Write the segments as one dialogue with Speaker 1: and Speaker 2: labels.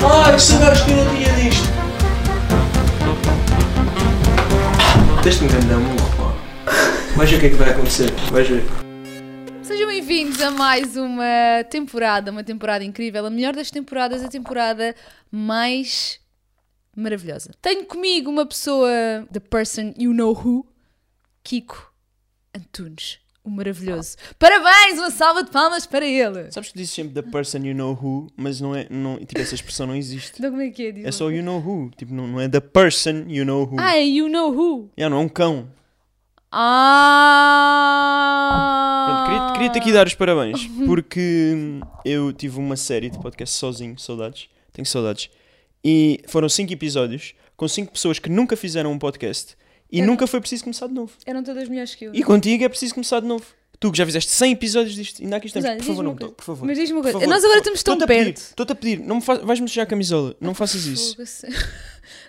Speaker 1: Caralho, sagares que eu não tinha disto! Deste-me um grande amor, pá. Vais ver o que é que vai acontecer, vais ver.
Speaker 2: Sejam bem-vindos a mais uma temporada, uma temporada incrível, a melhor das temporadas, a temporada mais maravilhosa. Tenho comigo uma pessoa, the person you know who, Kiko Antunes, o maravilhoso. Parabéns, uma salva de palmas para ele.
Speaker 1: Sabes que dizes sempre the person you know who, mas não é. Não, tipo, essa expressão não existe.
Speaker 2: Então como é que é, Diogo?
Speaker 1: É só you know who. Tipo, não, não é the person you know who.
Speaker 2: Ah, é you know who.
Speaker 1: Yeah, não é um cão. Pronto,
Speaker 2: Ah!
Speaker 1: queria- queria-te aqui dar os parabéns, porque hum, eu tive uma série de podcast sozinho, saudades, tenho saudades, e foram cinco episódios, com cinco pessoas que nunca fizeram um podcast, e nunca foi preciso começar de novo.
Speaker 2: Eram todas melhores que eu.
Speaker 1: E contigo é preciso começar de novo. Tu que já fizeste 100 episódios disto, ainda aqui estamos,
Speaker 2: Mas olha, diz-me uma
Speaker 1: por favor, não me
Speaker 2: coisa.
Speaker 1: toque, por favor.
Speaker 2: Mas diz-me uma
Speaker 1: por
Speaker 2: coisa,
Speaker 1: favor,
Speaker 2: nós
Speaker 1: por
Speaker 2: agora
Speaker 1: favor.
Speaker 2: estamos tão
Speaker 1: Estou-te a pedir,
Speaker 2: perto.
Speaker 1: Estou-te a pedir, não me fa- vais-me sujar a camisola, não faças isso.
Speaker 2: Fogo-se.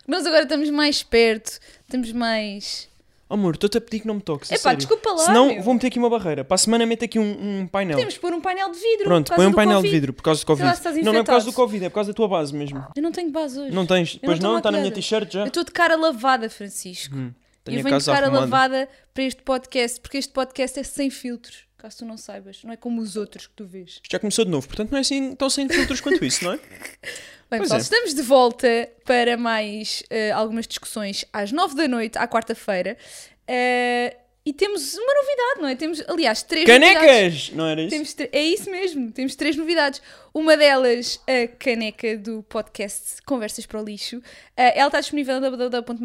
Speaker 2: Nós agora estamos mais perto, estamos mais.
Speaker 1: Oh, amor, estou-te a pedir que não me toques.
Speaker 2: Epá,
Speaker 1: sério.
Speaker 2: desculpa lá,
Speaker 1: Senão
Speaker 2: meu.
Speaker 1: vou meter aqui uma barreira. Para a semana meto aqui um, um painel.
Speaker 2: Temos que pôr um painel de vidro.
Speaker 1: Pronto,
Speaker 2: por causa
Speaker 1: põe um
Speaker 2: do
Speaker 1: painel de
Speaker 2: Covid.
Speaker 1: vidro por causa do Covid.
Speaker 2: lá se estás
Speaker 1: não, não é por causa
Speaker 2: infectado.
Speaker 1: do
Speaker 2: Ah,
Speaker 1: Covid, é por causa da tua base mesmo.
Speaker 2: Eu não tenho base hoje.
Speaker 1: Não tens, pois
Speaker 2: estou
Speaker 1: não, está na minha
Speaker 2: maquiada.
Speaker 1: t-shirt já.
Speaker 2: Eu estou de cara lavada, Francisco.
Speaker 1: Hum, Tenho
Speaker 2: eu venho
Speaker 1: a
Speaker 2: de
Speaker 1: casa
Speaker 2: cara
Speaker 1: arrumada.
Speaker 2: lavada para este podcast, porque este podcast é sem filtros, caso tu não saibas. Não é como os outros que tu vês.
Speaker 1: Isto Já começou de novo, portanto não é assim tão sem filtros quanto isso, não é?
Speaker 2: Bem,
Speaker 1: Pois
Speaker 2: pessoal,
Speaker 1: é.
Speaker 2: estamos de volta para mais eh, algumas discussões às nove da noite, à quarta-feira. Eh, e temos uma novidade, não é? Temos, aliás, três novidades.
Speaker 1: Canecas! Não era isso?
Speaker 2: Temos tre- é isso mesmo, temos três novidades. Uma delas, a caneca do podcast Conversas para o Lixo. Ah, ela está disponível na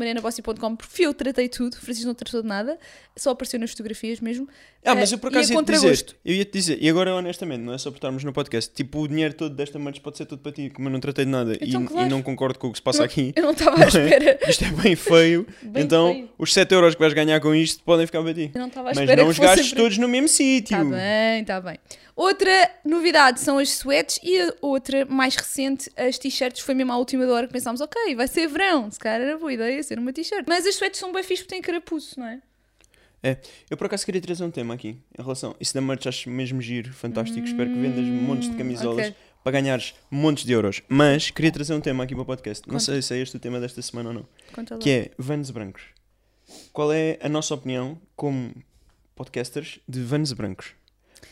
Speaker 2: www.marianabossi.com porque eu tratei tudo, o Francisco não tratou de nada, só apareceu nas fotografias mesmo.
Speaker 1: Ah, mas eu por
Speaker 2: Ah, e a
Speaker 1: acaso ia-te dizer,
Speaker 2: contragosto.
Speaker 1: eu ia-te dizer, e agora honestamente, não é só por estarmos no podcast, tipo o dinheiro todo desta merda pode ser tudo para ti, como eu não tratei de nada e,
Speaker 2: Então, claro.
Speaker 1: e não concordo com o que se passa aqui.
Speaker 2: Eu não estava à
Speaker 1: não é?
Speaker 2: espera.
Speaker 1: Isto é bem feio,
Speaker 2: Bem
Speaker 1: então
Speaker 2: feio.
Speaker 1: os 7 euros que vais ganhar com isto podem ficar para ti.
Speaker 2: Eu não estava à
Speaker 1: Mas
Speaker 2: espera
Speaker 1: não
Speaker 2: que
Speaker 1: os
Speaker 2: fosse
Speaker 1: gastes
Speaker 2: para-
Speaker 1: todos no mesmo sítio.
Speaker 2: Está bem, está bem. Outra novidade são as sweats e a outra mais recente, as t-shirts. Foi mesmo à última da hora que pensámos, ok, vai ser verão. Se calhar era boa ideia ser uma t-shirt. Mas as sweats são bem fixe porque têm carapuço, não é?
Speaker 1: É, eu por acaso queria trazer um tema aqui em relação. Isso da merch acho mesmo giro, fantástico. Espero que vendas montes de camisolas
Speaker 2: Hum, ok.
Speaker 1: para ganhares montes de euros. Mas queria trazer um tema aqui para o podcast. Não sei se é este o tema desta semana ou não.
Speaker 2: Conta lá.
Speaker 1: Que é Vans Brancos. Qual é a nossa opinião como podcasters de Vans Brancos?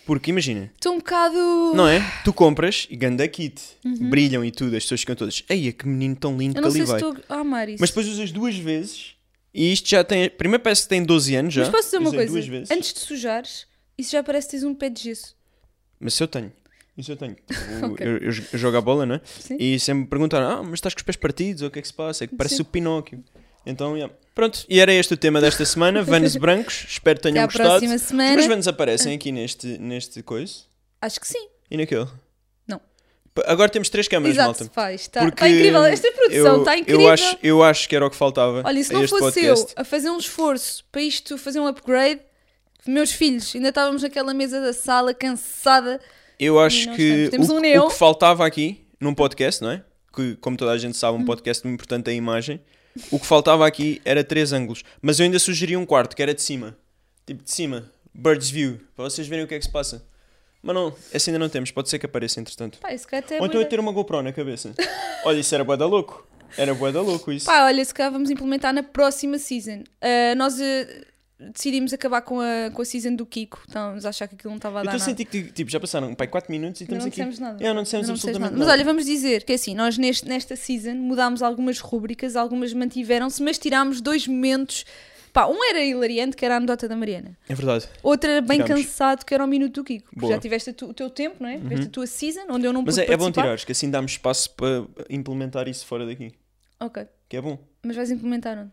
Speaker 1: Porque imagina,
Speaker 2: Estou um bocado...
Speaker 1: não é? Tu compras e ganda kit, brilham e tudo, as pessoas ficam todas. Eia, que menino tão lindo
Speaker 2: Uhum. Eu
Speaker 1: que
Speaker 2: não sei
Speaker 1: ali
Speaker 2: se
Speaker 1: vai.
Speaker 2: estou a amar isso.
Speaker 1: Mas depois usas duas vezes e isto já tem. Primeiro parece que tem 12 anos já.
Speaker 2: Mas posso dizer uma
Speaker 1: Usei
Speaker 2: coisa?
Speaker 1: Duas vezes.
Speaker 2: Antes de sujares, isso já parece que tens um pé de gesso.
Speaker 1: Mas se eu tenho. Isso eu tenho. O-
Speaker 2: Ok.
Speaker 1: eu, eu, eu jogo a bola, né?
Speaker 2: Sim.
Speaker 1: E sempre me perguntaram: ah, mas estás com os pés partidos? Ou o que é que se passa? É que parece
Speaker 2: Sim.
Speaker 1: o Pinóquio. Então, yeah. pronto. E era este o tema desta semana: Vanos Brancos. Espero que
Speaker 2: Até
Speaker 1: tenham
Speaker 2: à
Speaker 1: gostado.
Speaker 2: próxima semana. Ah.
Speaker 1: Os vanos aparecem aqui neste, neste coisa
Speaker 2: Acho que sim.
Speaker 1: e naquele.
Speaker 2: Não.
Speaker 1: P- Agora temos três câmaras,
Speaker 2: Exato,
Speaker 1: malta.
Speaker 2: faz. Está incrível. Esta produção
Speaker 1: eu-
Speaker 2: está incrível.
Speaker 1: Eu acho, eu acho que era o que faltava.
Speaker 2: Olha, se
Speaker 1: a
Speaker 2: não
Speaker 1: este
Speaker 2: fosse
Speaker 1: podcast.
Speaker 2: eu a fazer um esforço para isto fazer um upgrade, meus filhos, ainda estávamos naquela mesa da sala cansada.
Speaker 1: Eu acho
Speaker 2: não
Speaker 1: que
Speaker 2: estamos. Temos
Speaker 1: o,
Speaker 2: um
Speaker 1: o
Speaker 2: neon.
Speaker 1: que faltava aqui num podcast, não é? Que, como toda a gente sabe,
Speaker 2: Hum.
Speaker 1: um podcast muito importante é a imagem. O que faltava aqui era três ângulos. Mas eu ainda sugeri um quarto, que era de cima. Tipo, de cima. Bird's View. Para vocês verem o que é que se passa. Mas não, essa ainda não temos. Pode ser que apareça, entretanto.
Speaker 2: Pá, isso cá até é
Speaker 1: Ou então
Speaker 2: boa
Speaker 1: eu ter uma GoPro na cabeça. Olha, isso era bué da louco. Era bué da louco isso.
Speaker 2: Pá, olha, se calhar vamos implementar na próxima season. Ah, nós ah, decidimos acabar com a, com a season do Kiko. Estávamos a achar que aquilo não estava a
Speaker 1: Eu
Speaker 2: dar
Speaker 1: estou a
Speaker 2: nada.
Speaker 1: sentir que tipo, já passaram pai, 4 minutos e
Speaker 2: Ainda
Speaker 1: estamos
Speaker 2: não
Speaker 1: aqui.
Speaker 2: dissemos nada.
Speaker 1: É, não dissemos
Speaker 2: Ainda não disseste nada.
Speaker 1: absolutamente nada.
Speaker 2: Mas olha, vamos dizer que assim, nós neste, nesta season mudámos algumas rubricas, algumas mantiveram-se, mas tirámos dois momentos. Pá, um era hilariante, que era a anedota da Mariana.
Speaker 1: É verdade.
Speaker 2: Outro era bem
Speaker 1: Tirámos.
Speaker 2: cansado, que era o minuto do Kiko. Porque
Speaker 1: Boa. Uhum.
Speaker 2: Já tiveste a tu- o teu tempo, não é? Tiveste a tua season, onde eu não
Speaker 1: Mas
Speaker 2: pude
Speaker 1: é, é bom
Speaker 2: participar.
Speaker 1: tirares, que assim damos espaço para implementar isso fora daqui.
Speaker 2: Ok,
Speaker 1: Que é bom.
Speaker 2: mas vais implementar onde?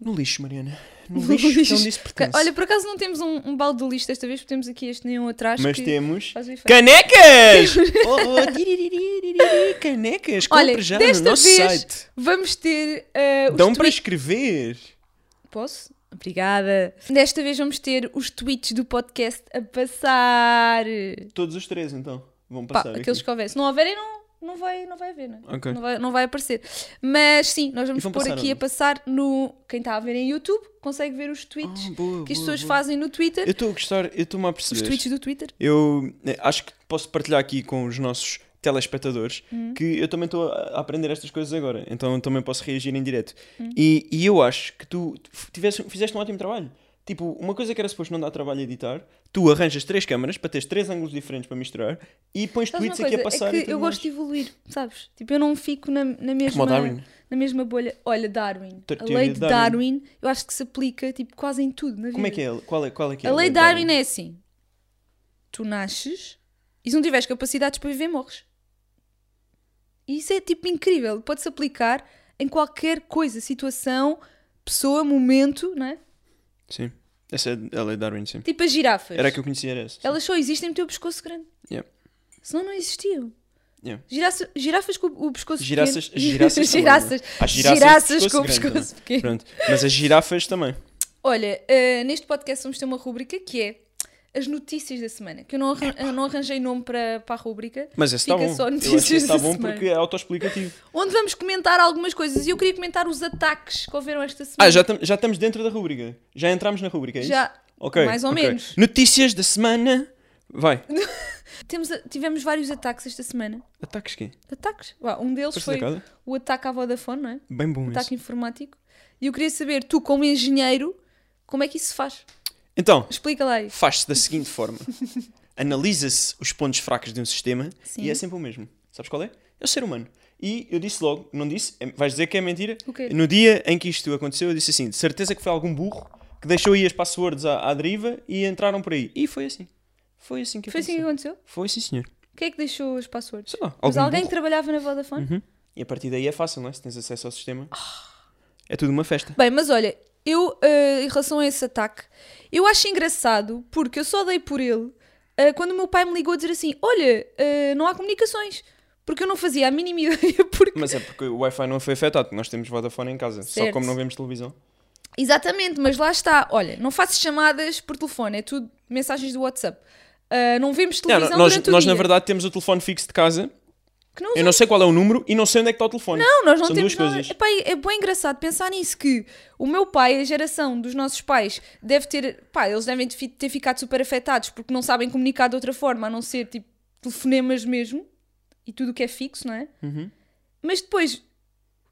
Speaker 1: No lixo, Mariana. No,
Speaker 2: No
Speaker 1: lixo,
Speaker 2: lixo.
Speaker 1: que é onde isso
Speaker 2: Ok,
Speaker 1: pertence.
Speaker 2: Olha, por acaso não temos um, um balde do lixo desta vez, porque temos aqui este nenhum atrás.
Speaker 1: Mas
Speaker 2: que
Speaker 1: temos.
Speaker 2: faz o efeito.
Speaker 1: Canecas! oh, oh, tiriririri, canecas, compre
Speaker 2: Olha,
Speaker 1: já
Speaker 2: desta
Speaker 1: no nosso
Speaker 2: vez
Speaker 1: site.
Speaker 2: Vamos ter ah, os
Speaker 1: Dão um para
Speaker 2: tweets-
Speaker 1: escrever.
Speaker 2: Posso? Obrigada. Desta vez vamos ter os tweets do podcast a passar.
Speaker 1: Todos os três, então. Vão
Speaker 2: Pá,
Speaker 1: passar. aqui.
Speaker 2: aqueles que houver. Se não houverem, não, não, vai, não vai haver, não é?
Speaker 1: Ok.
Speaker 2: Não, vai, não vai aparecer. Mas sim, nós
Speaker 1: E
Speaker 2: vamos
Speaker 1: vão
Speaker 2: pôr
Speaker 1: passar
Speaker 2: aqui
Speaker 1: onde?
Speaker 2: a passar no. Quem está a ver em YouTube consegue ver os tweets
Speaker 1: Ah, boa,
Speaker 2: que as
Speaker 1: boa,
Speaker 2: pessoas
Speaker 1: boa.
Speaker 2: fazem no Twitter.
Speaker 1: Eu estou a gostar, eu estou-me a
Speaker 2: Os
Speaker 1: perceber.
Speaker 2: tweets do Twitter.
Speaker 1: Eu eh, acho que posso partilhar aqui com os nossos telespectadores
Speaker 2: Hum.
Speaker 1: que eu também estou a a aprender estas coisas agora, então também posso reagir em direto.
Speaker 2: Hum.
Speaker 1: E, e eu acho que tu tivesse, fizeste um ótimo trabalho. Tipo, uma coisa que era suposto não dar trabalho a editar, tu arranjas três câmaras para teres três ângulos diferentes para misturar e pões
Speaker 2: Sabes uma
Speaker 1: tweets
Speaker 2: coisa?
Speaker 1: aqui a passar
Speaker 2: é que
Speaker 1: e tudo É
Speaker 2: eu gosto de evoluir, sabes? Tipo, eu não fico na, na mesma
Speaker 1: Darwin.
Speaker 2: na mesma bolha. Olha, Darwin.
Speaker 1: Te-
Speaker 2: a
Speaker 1: teoria
Speaker 2: lei
Speaker 1: de
Speaker 2: de
Speaker 1: Darwin.
Speaker 2: Darwin, eu acho que se aplica tipo quase em tudo na vida.
Speaker 1: Como é que é? Qual é, qual é que é?
Speaker 2: A lei de Darwin é assim: tu nasces e se não tiveres capacidades para viver, morres. E isso é tipo incrível, pode-se aplicar em qualquer coisa, situação, pessoa, momento, não é?
Speaker 1: Sim. Essa é a lei de Darwin, sim.
Speaker 2: Tipo as girafas.
Speaker 1: Era a que eu conhecia, era essa.
Speaker 2: Elas só existem porque têm o pescoço grande.
Speaker 1: Yeah.
Speaker 2: Senão não existiam.
Speaker 1: Yeah.
Speaker 2: Giraça- girafas com o pescoço
Speaker 1: Giraças,
Speaker 2: pequeno.
Speaker 1: giraças, também,
Speaker 2: giraças,
Speaker 1: não é? Há giraças,
Speaker 2: giraças
Speaker 1: de
Speaker 2: com o
Speaker 1: grande é? também.
Speaker 2: pescoço pequeno.
Speaker 1: Pronto. Mas as girafas também.
Speaker 2: Olha, eh, neste podcast vamos ter uma rúbrica que é as notícias da semana. Que eu não, arran- eu não arranjei nome para, para a rúbrica.
Speaker 1: Mas esse está
Speaker 2: Fica
Speaker 1: bom.
Speaker 2: só
Speaker 1: Eu acho que
Speaker 2: notícias
Speaker 1: esse está
Speaker 2: da
Speaker 1: bom
Speaker 2: semana.
Speaker 1: porque é autoexplicativo.
Speaker 2: Onde vamos comentar algumas coisas. E eu queria comentar os ataques que houveram esta semana.
Speaker 1: Ah, já, tam- já estamos dentro da rúbrica. Já entramos na rúbrica, é isso?
Speaker 2: Já.
Speaker 1: Ok,
Speaker 2: Mais ou
Speaker 1: ok.
Speaker 2: menos.
Speaker 1: Notícias da semana. Vai.
Speaker 2: Temos a- tivemos vários ataques esta semana.
Speaker 1: Ataques quê?
Speaker 2: Ataques? Vá, um deles
Speaker 1: Força da
Speaker 2: foi
Speaker 1: casa?
Speaker 2: o ataque à Vodafone, não é?
Speaker 1: Bem bom isso.
Speaker 2: Ataque informático. E eu queria saber, tu como engenheiro, como é que isso se faz?
Speaker 1: Então,
Speaker 2: Explica lá aí.
Speaker 1: faz-se da seguinte forma. Analisa-se os pontos fracos de um sistema
Speaker 2: Sim.
Speaker 1: e é sempre o mesmo. Sabes qual é? É o ser humano. E eu disse logo, não disse, É- vais dizer que é mentira?
Speaker 2: O quê?
Speaker 1: No dia em que isto aconteceu, eu disse assim, de certeza que foi algum burro que deixou aí as passwords à, à deriva e entraram por aí. E foi assim. Foi assim que
Speaker 2: Foi assim que
Speaker 1: aconteceu.
Speaker 2: aconteceu?
Speaker 1: Foi sim, senhor.
Speaker 2: Quem é que deixou as passwords?
Speaker 1: Sei lá,
Speaker 2: Mas
Speaker 1: algum
Speaker 2: alguém
Speaker 1: burro. Uhum.
Speaker 2: que trabalhava na Vodafone?
Speaker 1: E a partir daí é fácil, não é? Se tens acesso ao sistema. É tudo uma festa.
Speaker 2: Bem, mas olha, eu, eh, em relação a esse ataque, eu acho engraçado porque eu só dei por ele eh, quando o meu pai me ligou a dizer assim: Olha, eh, não há comunicações. Porque eu não fazia a mínima ideia. Porque...
Speaker 1: Mas é porque o Wi-Fi não foi afetado, nós temos Vodafone em casa. Só
Speaker 2: Certo.
Speaker 1: como não vemos televisão.
Speaker 2: Exatamente, mas lá está. Olha, não faço chamadas por telefone, é tudo mensagens do WhatsApp. Eh, não vemos
Speaker 1: Não,
Speaker 2: televisão
Speaker 1: nós,
Speaker 2: durante o
Speaker 1: nós,
Speaker 2: dia.
Speaker 1: na verdade, temos o telefone fixo de casa.
Speaker 2: que não
Speaker 1: Eu não sei qual é o número e não sei onde é que está o telefone.
Speaker 2: Não, nós não
Speaker 1: São
Speaker 2: temos
Speaker 1: duas
Speaker 2: nada.
Speaker 1: coisas.
Speaker 2: Epá, é bem engraçado pensar nisso que o meu pai, a geração dos nossos pais, deve ter, pá, eles devem fi- ter ficado super afetados porque não sabem comunicar de outra forma, a não ser tipo telefonemas mesmo e tudo o que é fixo, não é?
Speaker 1: Uhum.
Speaker 2: Mas depois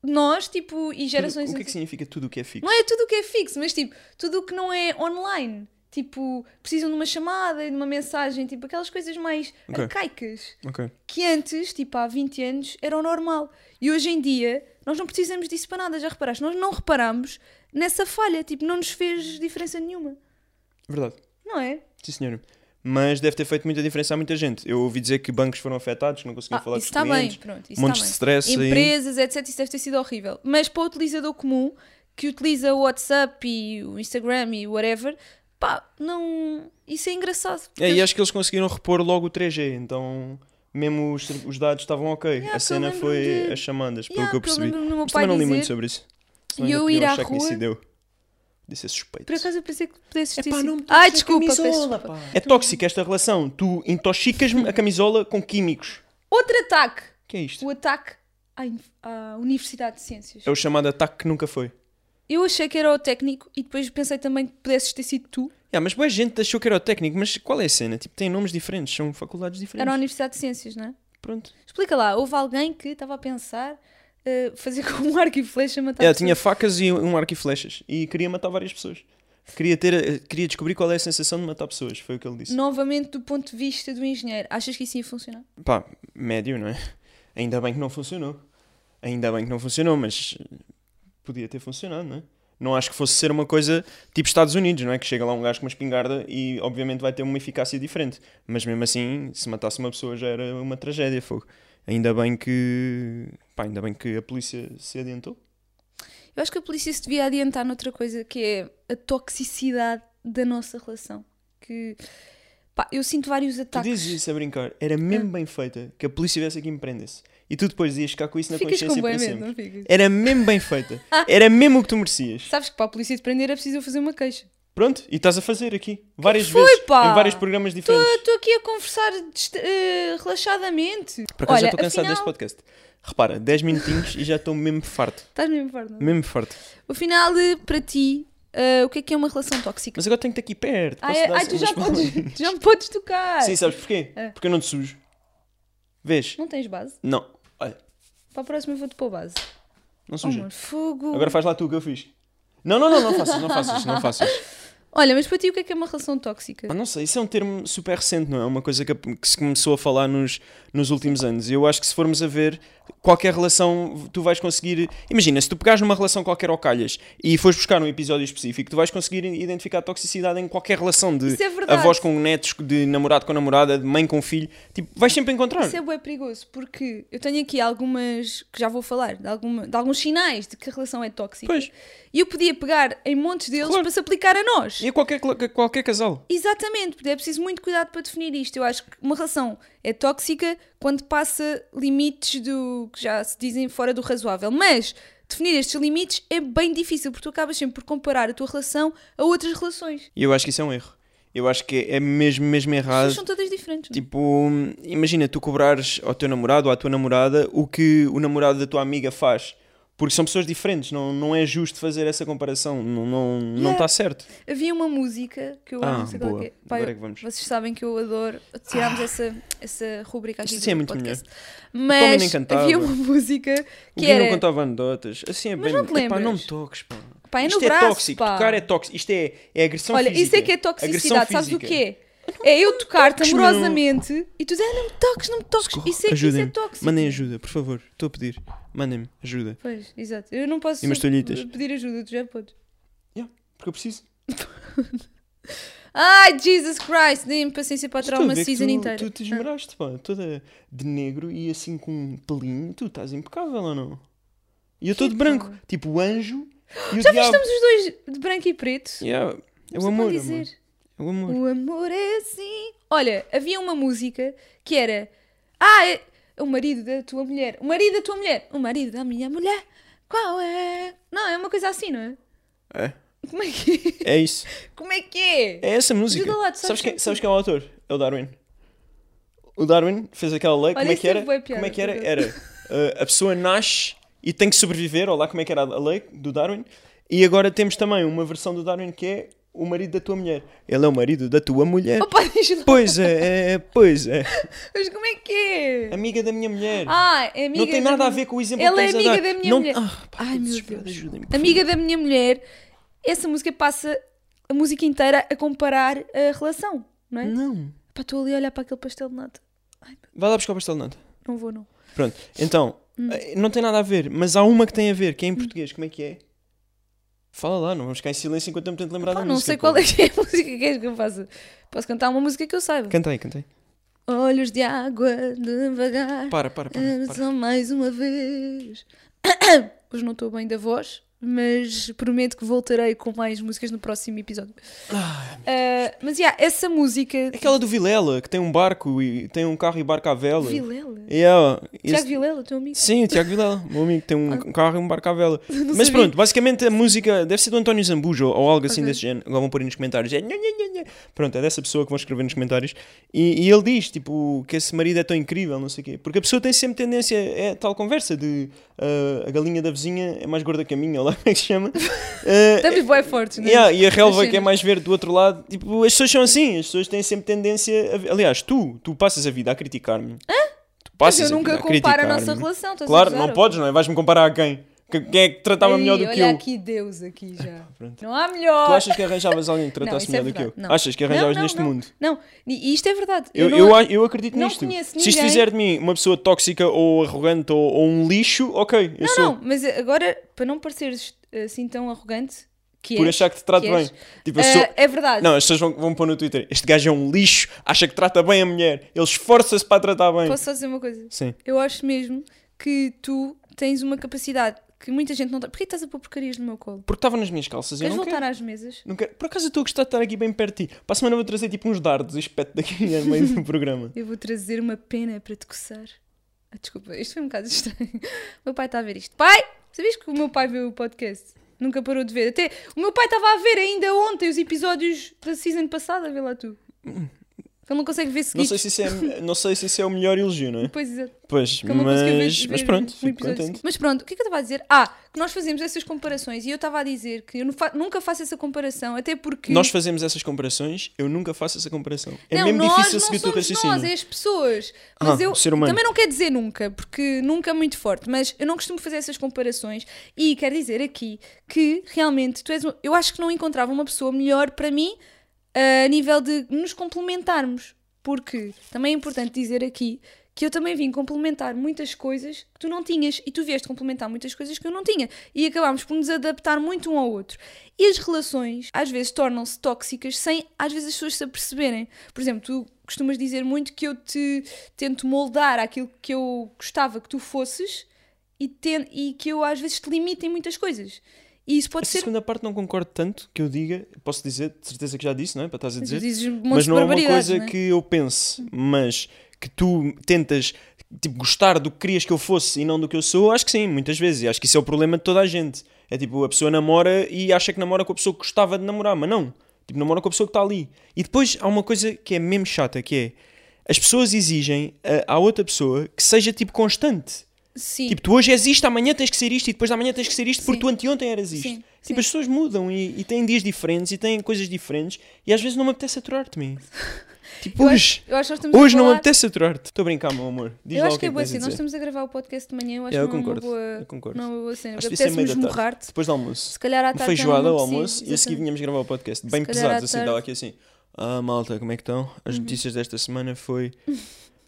Speaker 2: nós, tipo, e gerações
Speaker 1: Tudo- o que é que significa tudo o que é fixo?
Speaker 2: não é tudo o que é fixo, mas tipo, tudo o que não é online, tipo, precisam de uma chamada e de uma mensagem, tipo, aquelas coisas mais
Speaker 1: Ok.
Speaker 2: arcaicas
Speaker 1: Ok. é
Speaker 2: que antes, tipo há 20 anos, era o normal. E hoje em dia, nós não precisamos disso para nada, já reparaste? Nós não reparamos nessa falha, tipo, não nos fez diferença nenhuma,
Speaker 1: Verdade.
Speaker 2: não é?
Speaker 1: Sim, senhora. Mas deve ter feito muita diferença a muita gente. Eu ouvi dizer que bancos foram afetados, que não conseguiam
Speaker 2: Ah,
Speaker 1: falar
Speaker 2: isso
Speaker 1: com
Speaker 2: está
Speaker 1: os
Speaker 2: bem,
Speaker 1: clientes.
Speaker 2: pronto, isso
Speaker 1: montes de
Speaker 2: está bem.
Speaker 1: stress aí.
Speaker 2: Empresas, etc, isso deve ter sido horrível. Mas para o utilizador comum, que utiliza o WhatsApp e o Instagram e whatever, pá, não... Isso é engraçado. porque
Speaker 1: É,
Speaker 2: eles-
Speaker 1: e acho que eles conseguiram repor logo o 3G, então mesmo os, os dados estavam ok.
Speaker 2: Yeah,
Speaker 1: a cena
Speaker 2: que eu
Speaker 1: foi
Speaker 2: lembro-me de-
Speaker 1: as chamadas, pelo
Speaker 2: Yeah,
Speaker 1: que eu
Speaker 2: que eu
Speaker 1: percebi.
Speaker 2: lembro-me do meu
Speaker 1: Mas
Speaker 2: pai
Speaker 1: também não li muito
Speaker 2: dizer-
Speaker 1: sobre isso.
Speaker 2: E eu ir à rua-
Speaker 1: deu. Disse é suspeito.
Speaker 2: Por acaso eu pensei que pudesse existir...
Speaker 1: Epá,
Speaker 2: sim.
Speaker 1: não me
Speaker 2: Ai,
Speaker 1: toques a
Speaker 2: desculpa, peço
Speaker 1: camisola,
Speaker 2: desculpa.
Speaker 1: É tóxica esta relação. Tu intoxicas-me a camisola com químicos.
Speaker 2: Outro ataque.
Speaker 1: O que é isto?
Speaker 2: O ataque à in- à Universidade de Ciências.
Speaker 1: É o chamado ataque que nunca foi.
Speaker 2: Eu achei que era o técnico e depois pensei também que pudesses ter sido tu.
Speaker 1: Yeah, mas boa gente achou que era o técnico, mas qual é a cena? Tipo, tem nomes diferentes, são faculdades diferentes.
Speaker 2: Era a Universidade de Ciências, não é?
Speaker 1: Pronto.
Speaker 2: Explica lá, houve alguém que estava a pensar eh, fazer com um arco e flecha matar
Speaker 1: É,
Speaker 2: pessoas?
Speaker 1: tinha facas e um arco e flechas e queria matar várias pessoas. Queria, ter, eh, queria descobrir qual é a sensação de matar pessoas, foi o que ele disse.
Speaker 2: Novamente do ponto de vista do engenheiro. Achas que isso ia funcionar?
Speaker 1: Pá, médio, não é? Ainda bem que não funcionou. Ainda bem que não funcionou, mas eh, podia ter funcionado, não é? Não acho que fosse ser uma coisa tipo Estados Unidos, não é? Que chega lá um gajo com uma espingarda e obviamente vai ter uma eficácia diferente. Mas mesmo assim, se matasse uma pessoa já era uma tragédia, fogo. Ainda bem que. Pá, ainda bem que a polícia se adiantou.
Speaker 2: Eu acho que a polícia se devia adiantar noutra coisa que é a toxicidade da nossa relação. Que pá, eu sinto vários
Speaker 1: Tu
Speaker 2: ataques.
Speaker 1: dizes isso a brincar, era mesmo
Speaker 2: Ah.
Speaker 1: bem feita que a polícia viesse aqui e me prendesse. E tu depois ias ficar com isso na
Speaker 2: Ficas com
Speaker 1: consciência
Speaker 2: bem
Speaker 1: para
Speaker 2: medo,
Speaker 1: sempre.
Speaker 2: não ficas?
Speaker 1: Era mesmo bem feita. Era mesmo o que tu merecias.
Speaker 2: Sabes que para a polícia te prender é preciso eu fazer uma queixa.
Speaker 1: Pronto, e estás a fazer aqui várias
Speaker 2: foi,
Speaker 1: vezes
Speaker 2: pá?
Speaker 1: em vários programas diferentes.
Speaker 2: Estou aqui a conversar dist- eh, relaxadamente.
Speaker 1: Por acaso
Speaker 2: Olha,
Speaker 1: já estou cansado
Speaker 2: afinal-
Speaker 1: deste podcast. Repara, 10 minutinhos e já estou mesmo farto.
Speaker 2: Estás mesmo é? farta?
Speaker 1: Mesmo farto.
Speaker 2: Afinal, eh, para ti, eh, o que é que é uma relação tóxica?
Speaker 1: Mas agora tenho que estar aqui perto.
Speaker 2: Ah,
Speaker 1: posso
Speaker 2: é?
Speaker 1: dar
Speaker 2: Ai,
Speaker 1: assim
Speaker 2: tu
Speaker 1: umas
Speaker 2: já, Ah.
Speaker 1: palminhas?
Speaker 2: podes, tu já me podes tocar.
Speaker 1: Sim, sabes porquê? Porque eu não te sujo. Vês?
Speaker 2: Não tens base?
Speaker 1: Não. Olha,
Speaker 2: Para a próxima eu vou-te pôr base.
Speaker 1: não
Speaker 2: Oh,
Speaker 1: suja.
Speaker 2: amor, fogo.
Speaker 1: Agora faz lá tu o que eu fiz. Não, não, não, não faças, não faças, não faças.
Speaker 2: Olha, mas para ti o que é que é uma relação tóxica?
Speaker 1: Ah, não sei, isso é um termo super recente, não é? Uma coisa que, que se começou a falar nos, nos últimos anos. E eu acho que se formos a ver, qualquer relação tu vais conseguir. Imagina, se tu pegares numa relação qualquer ao calhas e fores buscar um episódio específico, tu vais conseguir identificar toxicidade em qualquer relação de
Speaker 2: Isso é verdade.
Speaker 1: avós com netos, de namorado com namorada, de mãe com filho. Tipo, vais sempre encontrar.
Speaker 2: Isso é bué perigoso, porque eu tenho aqui algumas, que já vou falar, de, alguma- de alguns sinais de que a relação é tóxica.
Speaker 1: Pois.
Speaker 2: E eu podia pegar em montes deles
Speaker 1: Claro.
Speaker 2: para se aplicar a nós.
Speaker 1: E a qualquer, cla- qualquer casal.
Speaker 2: Exatamente, porque é preciso muito cuidado para definir isto. Eu acho que uma relação é tóxica quando passa limites do que já se dizem fora do razoável. Mas definir estes limites é bem difícil, porque tu acabas sempre por comparar a tua relação a outras relações.
Speaker 1: E eu acho que isso é um erro. Eu acho que é mesmo, mesmo
Speaker 2: As
Speaker 1: errado.
Speaker 2: pessoas são todas diferentes. não é?
Speaker 1: Tipo, imagina tu cobrares ao teu namorado ou à tua namorada o que o namorado da tua amiga faz. Porque são pessoas diferentes, não, não é justo fazer essa comparação, não não não está
Speaker 2: Yeah.
Speaker 1: certo.
Speaker 2: Havia uma música que eu
Speaker 1: Ah,
Speaker 2: não sei qual
Speaker 1: boa.
Speaker 2: é. que é. Pá,
Speaker 1: Agora é
Speaker 2: eu-
Speaker 1: que vamos. Ah.
Speaker 2: Vocês sabem que eu adoro. Tirámos essa, essa rubrica aqui.
Speaker 1: Isto
Speaker 2: do
Speaker 1: é muito
Speaker 2: podcast.
Speaker 1: Tommy nem
Speaker 2: Mas
Speaker 1: cantava.
Speaker 2: havia uma música
Speaker 1: O
Speaker 2: que
Speaker 1: Gui não
Speaker 2: era.
Speaker 1: contava anedotas. Assim é
Speaker 2: Mas
Speaker 1: bem.
Speaker 2: não te
Speaker 1: Epá, não me
Speaker 2: lembras?
Speaker 1: toques, pá.
Speaker 2: Pá, é no
Speaker 1: Isto é
Speaker 2: braço,
Speaker 1: tóxico,
Speaker 2: pá.
Speaker 1: tocar é tóxico. Isto é, é agressão
Speaker 2: Olha,
Speaker 1: física.
Speaker 2: isso é que é
Speaker 1: Agressão
Speaker 2: toxicidade. Sabes o
Speaker 1: física.
Speaker 2: que é? É eu tocar-te
Speaker 1: toques, meu.
Speaker 2: amorosamente e tu dizes, ah, não me toques, não me toques.
Speaker 1: Socorro,
Speaker 2: Isso é, isso é
Speaker 1: ajudem-me.
Speaker 2: tóxico.
Speaker 1: Mandem ajuda, por favor. Estou a pedir. Mandem-me ajuda.
Speaker 2: Pois, exato. Eu não posso
Speaker 1: E umas toalhitas.
Speaker 2: pedir ajuda, tu já podes.
Speaker 1: Porque eu preciso.
Speaker 2: Ai, Jesus Christ, dei-me paciência para tirar
Speaker 1: Estou a
Speaker 2: uma
Speaker 1: ver que
Speaker 2: season
Speaker 1: tu,
Speaker 2: inteira.
Speaker 1: Tu te esmeraste, pá, toda de negro e assim com um pelinho, tu estás impecável ou não? E eu estou de
Speaker 2: Que
Speaker 1: branco,
Speaker 2: pá.
Speaker 1: tipo o anjo e o
Speaker 2: Já
Speaker 1: diabo.
Speaker 2: estamos os dois de branco e preto.
Speaker 1: Yeah, É
Speaker 2: Mas
Speaker 1: o
Speaker 2: é bom
Speaker 1: amor,
Speaker 2: dizer.
Speaker 1: amor. É o amor.
Speaker 2: O amor é assim. Olha, havia uma música que era. Ah, é é o marido da tua mulher. O marido da tua mulher. O marido da minha mulher. Qual é? Não, é uma coisa assim, não é?
Speaker 1: É.
Speaker 2: Como é que
Speaker 1: É isso.
Speaker 2: é? Como é que é?
Speaker 1: É essa música.
Speaker 2: Ajuda lá, tu sabes
Speaker 1: sabes, quem,
Speaker 2: quem-
Speaker 1: sabes quem é o autor? É o Darwin. O Darwin fez aquela lei, como é
Speaker 2: isso
Speaker 1: que
Speaker 2: teve
Speaker 1: era?
Speaker 2: bué piada,
Speaker 1: como é que era?
Speaker 2: por
Speaker 1: Era uh, a pessoa nasce e tem que sobreviver, ou lá como é que era a lei do Darwin. E agora temos também uma versão do Darwin que é o marido da tua mulher. Ele é o marido da tua mulher.
Speaker 2: Opa, diz lá.
Speaker 1: Pois é, é, pois é.
Speaker 2: Mas como é que é?
Speaker 1: Amiga da minha mulher.
Speaker 2: Ah, é amiga
Speaker 1: não tem
Speaker 2: da
Speaker 1: nada a
Speaker 2: minha-
Speaker 1: ver com o exemplo
Speaker 2: Ela
Speaker 1: que
Speaker 2: é
Speaker 1: estás
Speaker 2: amiga
Speaker 1: a dar.
Speaker 2: da minha
Speaker 1: não...
Speaker 2: mulher.
Speaker 1: Ah, pá,
Speaker 2: Ai,
Speaker 1: tô
Speaker 2: meu
Speaker 1: desesperado,
Speaker 2: Deus.
Speaker 1: Ajudem-me.
Speaker 2: Amiga da minha mulher. Essa música passa a música inteira a comparar a relação, não é?
Speaker 1: Não.
Speaker 2: Pá, estou ali a olhar para aquele pastel de nata.
Speaker 1: Vai lá buscar o pastel de nata.
Speaker 2: Não vou, não.
Speaker 1: Pronto. Então,
Speaker 2: Hum.
Speaker 1: eh, não tem nada a ver, mas há uma que tem a ver, que é em português. Como é que é? Fala lá, não vamos ficar em silêncio enquanto eu me tento lembrar
Speaker 2: Pá,
Speaker 1: da
Speaker 2: não
Speaker 1: música.
Speaker 2: sei qual é que é a música que és que eu faço. Posso cantar uma música que eu saiba.
Speaker 1: Cantei, cantei.
Speaker 2: Olhos de água, devagar,
Speaker 1: Para, para, para. para.
Speaker 2: só mais uma vez. Hoje não estou bem da voz, mas prometo que voltarei com mais músicas no próximo episódio. Ah, mas, já, essa música...
Speaker 1: Aquela do Vilela, que tem um barco e tem um carro e barco à vela.
Speaker 2: Vilela?
Speaker 1: E, ó, esse-
Speaker 2: Tiago Vilela, teu amigo?
Speaker 1: Sim, o Tiago Vilela, meu amigo, que tem um um carro e um barco à vela. Mas
Speaker 2: sabia.
Speaker 1: pronto, basicamente a música deve ser do António Zambujo ou algo assim
Speaker 2: Ok.
Speaker 1: desse género. Agora vão pôr aí nos comentários. É... nha, nha, nha, nha. Pronto, é dessa pessoa que vão escrever nos comentários. E, e ele diz, tipo, que esse marido é tão incrível, não sei o quê. Porque a pessoa tem sempre tendência, é a tal conversa de ah, a galinha da vizinha é mais gorda que a minha, ou lá como é que se chama. Ah,
Speaker 2: Estamos bem fortes, não é?
Speaker 1: Yeah, e a
Speaker 2: As
Speaker 1: relva que é
Speaker 2: cenas.
Speaker 1: mais verde do outro lado, tipo, as pessoas são assim, as pessoas têm sempre tendência. A... Aliás, tu, tu passas a vida a criticar-me. Hã? Tu
Speaker 2: Mas
Speaker 1: passas
Speaker 2: eu
Speaker 1: a
Speaker 2: nunca
Speaker 1: vida a
Speaker 2: comparo a nossa
Speaker 1: criticar-me.
Speaker 2: relação, estás
Speaker 1: Claro,
Speaker 2: a gozar,
Speaker 1: não
Speaker 2: ou-
Speaker 1: podes, não é? Vais-me comparar a quem? Que- Quem é que te tratava
Speaker 2: Ei,
Speaker 1: melhor do que
Speaker 2: olha
Speaker 1: eu?
Speaker 2: aqui Deus aqui já.
Speaker 1: pronto.
Speaker 2: Não há melhor.
Speaker 1: Tu achas que arranjavas alguém que te
Speaker 2: Não,
Speaker 1: tratasse
Speaker 2: isso é
Speaker 1: melhor do que eu?
Speaker 2: verdade, não.
Speaker 1: Achas que
Speaker 2: Não,
Speaker 1: arranjavas
Speaker 2: não,
Speaker 1: neste
Speaker 2: não.
Speaker 1: mundo?
Speaker 2: Não, e isto é verdade.
Speaker 1: Eu,
Speaker 2: não
Speaker 1: eu, a- eu acredito
Speaker 2: não
Speaker 1: nisto.
Speaker 2: conheço
Speaker 1: Se isto
Speaker 2: ninguém-
Speaker 1: fizer de mim uma pessoa tóxica ou arrogante ou, ou um lixo, ok, eu
Speaker 2: Não,
Speaker 1: sou.
Speaker 2: não, mas agora, para não pareceres assim tão arrogante, que
Speaker 1: Por
Speaker 2: és,
Speaker 1: achar que te trato
Speaker 2: que
Speaker 1: bem.
Speaker 2: és,
Speaker 1: Tipo, eu
Speaker 2: ah,
Speaker 1: sou.
Speaker 2: é verdade.
Speaker 1: Não, as pessoas vão, vão pôr no Twitter. Este gajo é um lixo, acha que trata bem a mulher, ele esforça-se para a tratar bem.
Speaker 2: Posso só dizer uma coisa?
Speaker 1: Sim.
Speaker 2: Eu acho mesmo que tu tens uma capacidade que muita gente não tem. Porquê que estás a pôr porcarias no meu colo?
Speaker 1: Porque estava nas minhas calças e eu
Speaker 2: Queres
Speaker 1: não
Speaker 2: voltar
Speaker 1: quero.
Speaker 2: às mesas?
Speaker 1: não quero. Por acaso eu estou a gostar de estar aqui bem perto de ti. Para a semana vou trazer tipo uns dardos e espeto daqui no meio do programa.
Speaker 2: Eu vou trazer uma pena para te coçar. Ah, desculpa, isto foi um bocado estranho. O meu pai está a ver isto. Pai! Sabias que o meu pai vê o podcast? Nunca parou de ver. Até o meu pai estava a ver ainda ontem os episódios da season passada, vê lá tu. Que ele não consegue ver
Speaker 1: Não
Speaker 2: seguidos.
Speaker 1: sei, se isso é, não sei se isso é o melhor elogio, não é?
Speaker 2: Pois, exato.
Speaker 1: Pois,
Speaker 2: Que eu não conseguia ver-
Speaker 1: mas,
Speaker 2: ver
Speaker 1: mas pronto,
Speaker 2: um
Speaker 1: fico
Speaker 2: episódio
Speaker 1: contente.
Speaker 2: assim. Mas pronto, o que é que eu estava a dizer? Ah, que nós fazemos essas comparações e eu estava a dizer que eu não fa- nunca faço essa comparação, até porque.
Speaker 1: Nós fazemos essas comparações, eu nunca faço essa comparação. É
Speaker 2: não,
Speaker 1: mesmo
Speaker 2: nós
Speaker 1: difícil
Speaker 2: não
Speaker 1: seguir o teu
Speaker 2: somos
Speaker 1: raciocínio.
Speaker 2: Nós, é as pessoas. Mas
Speaker 1: Ah,
Speaker 2: eu
Speaker 1: o ser humano.
Speaker 2: também não quero dizer nunca, porque nunca é muito forte, mas eu não costumo fazer essas comparações e quero dizer aqui que realmente tu és uma- eu acho que não encontrava uma pessoa melhor para mim a nível de nos complementarmos, porque também é importante dizer aqui que eu também vim complementar muitas coisas que tu não tinhas e tu vieste complementar muitas coisas que eu não tinha e acabámos por nos adaptar muito um ao outro. E as relações às vezes tornam-se tóxicas sem às vezes as pessoas se aperceberem. Por exemplo, tu costumas dizer muito que eu te tento moldar àquilo que eu gostava que tu fosses e, ten- e que eu às vezes te limito em muitas coisas. E isso pode
Speaker 1: Essa
Speaker 2: ser.
Speaker 1: segunda parte não concordo tanto que eu diga, posso dizer, de certeza que já disse, não é? Para estás a
Speaker 2: Mas tu
Speaker 1: dizer.
Speaker 2: dizes um monte
Speaker 1: mas
Speaker 2: de
Speaker 1: não é uma
Speaker 2: barbaridades,
Speaker 1: coisa
Speaker 2: não é?
Speaker 1: que eu pense, mas que tu tentas tipo, gostar do que querias que eu fosse e não do que eu sou, acho que sim, muitas vezes. E acho que isso é o problema de toda a gente. É tipo, a pessoa namora e acha que namora com a pessoa que gostava de namorar, mas não. Tipo, namora com a pessoa que está ali. E depois há uma coisa que é mesmo chata, que é as pessoas exigem a- à outra pessoa que seja tipo constante.
Speaker 2: Sim.
Speaker 1: Tipo, tu hoje és isto, amanhã tens que ser isto e depois da manhã tens que ser isto porque
Speaker 2: Sim.
Speaker 1: tu anteontem eras isto.
Speaker 2: Sim,
Speaker 1: Tipo, as pessoas mudam e, e têm dias diferentes e têm coisas diferentes e às vezes não me apetece aturar-te, mim. Tipo,
Speaker 2: Eu
Speaker 1: hoje,
Speaker 2: acho, eu acho que nós estamos a
Speaker 1: hoje não me
Speaker 2: falar-
Speaker 1: apetece aturar-te. Estou a brincar, meu amor. Diz
Speaker 2: Eu
Speaker 1: lá
Speaker 2: acho
Speaker 1: o
Speaker 2: que é
Speaker 1: que,
Speaker 2: boa
Speaker 1: é que
Speaker 2: assim,
Speaker 1: tens a
Speaker 2: nós
Speaker 1: dizer.
Speaker 2: estamos a gravar o podcast de manhã, eu acho
Speaker 1: Eu
Speaker 2: que não é uma
Speaker 1: concordo,
Speaker 2: boa,
Speaker 1: eu concordo.
Speaker 2: não é uma boa cena.
Speaker 1: Acho que devia ser meio
Speaker 2: Apetece-nos
Speaker 1: da tarde.
Speaker 2: morrar-te,
Speaker 1: Depois do almoço.
Speaker 2: se calhar tá à
Speaker 1: Uma
Speaker 2: tarde já
Speaker 1: feijoada
Speaker 2: não
Speaker 1: ao
Speaker 2: preciso,
Speaker 1: almoço e a seguir
Speaker 2: exatamente.
Speaker 1: vinhamos gravar o podcast. Bem
Speaker 2: Se calhar à
Speaker 1: pesados, assim,
Speaker 2: tarde. Uhum.
Speaker 1: estava aqui assim. Ah, malta, como é que estão? As notícias desta semana foi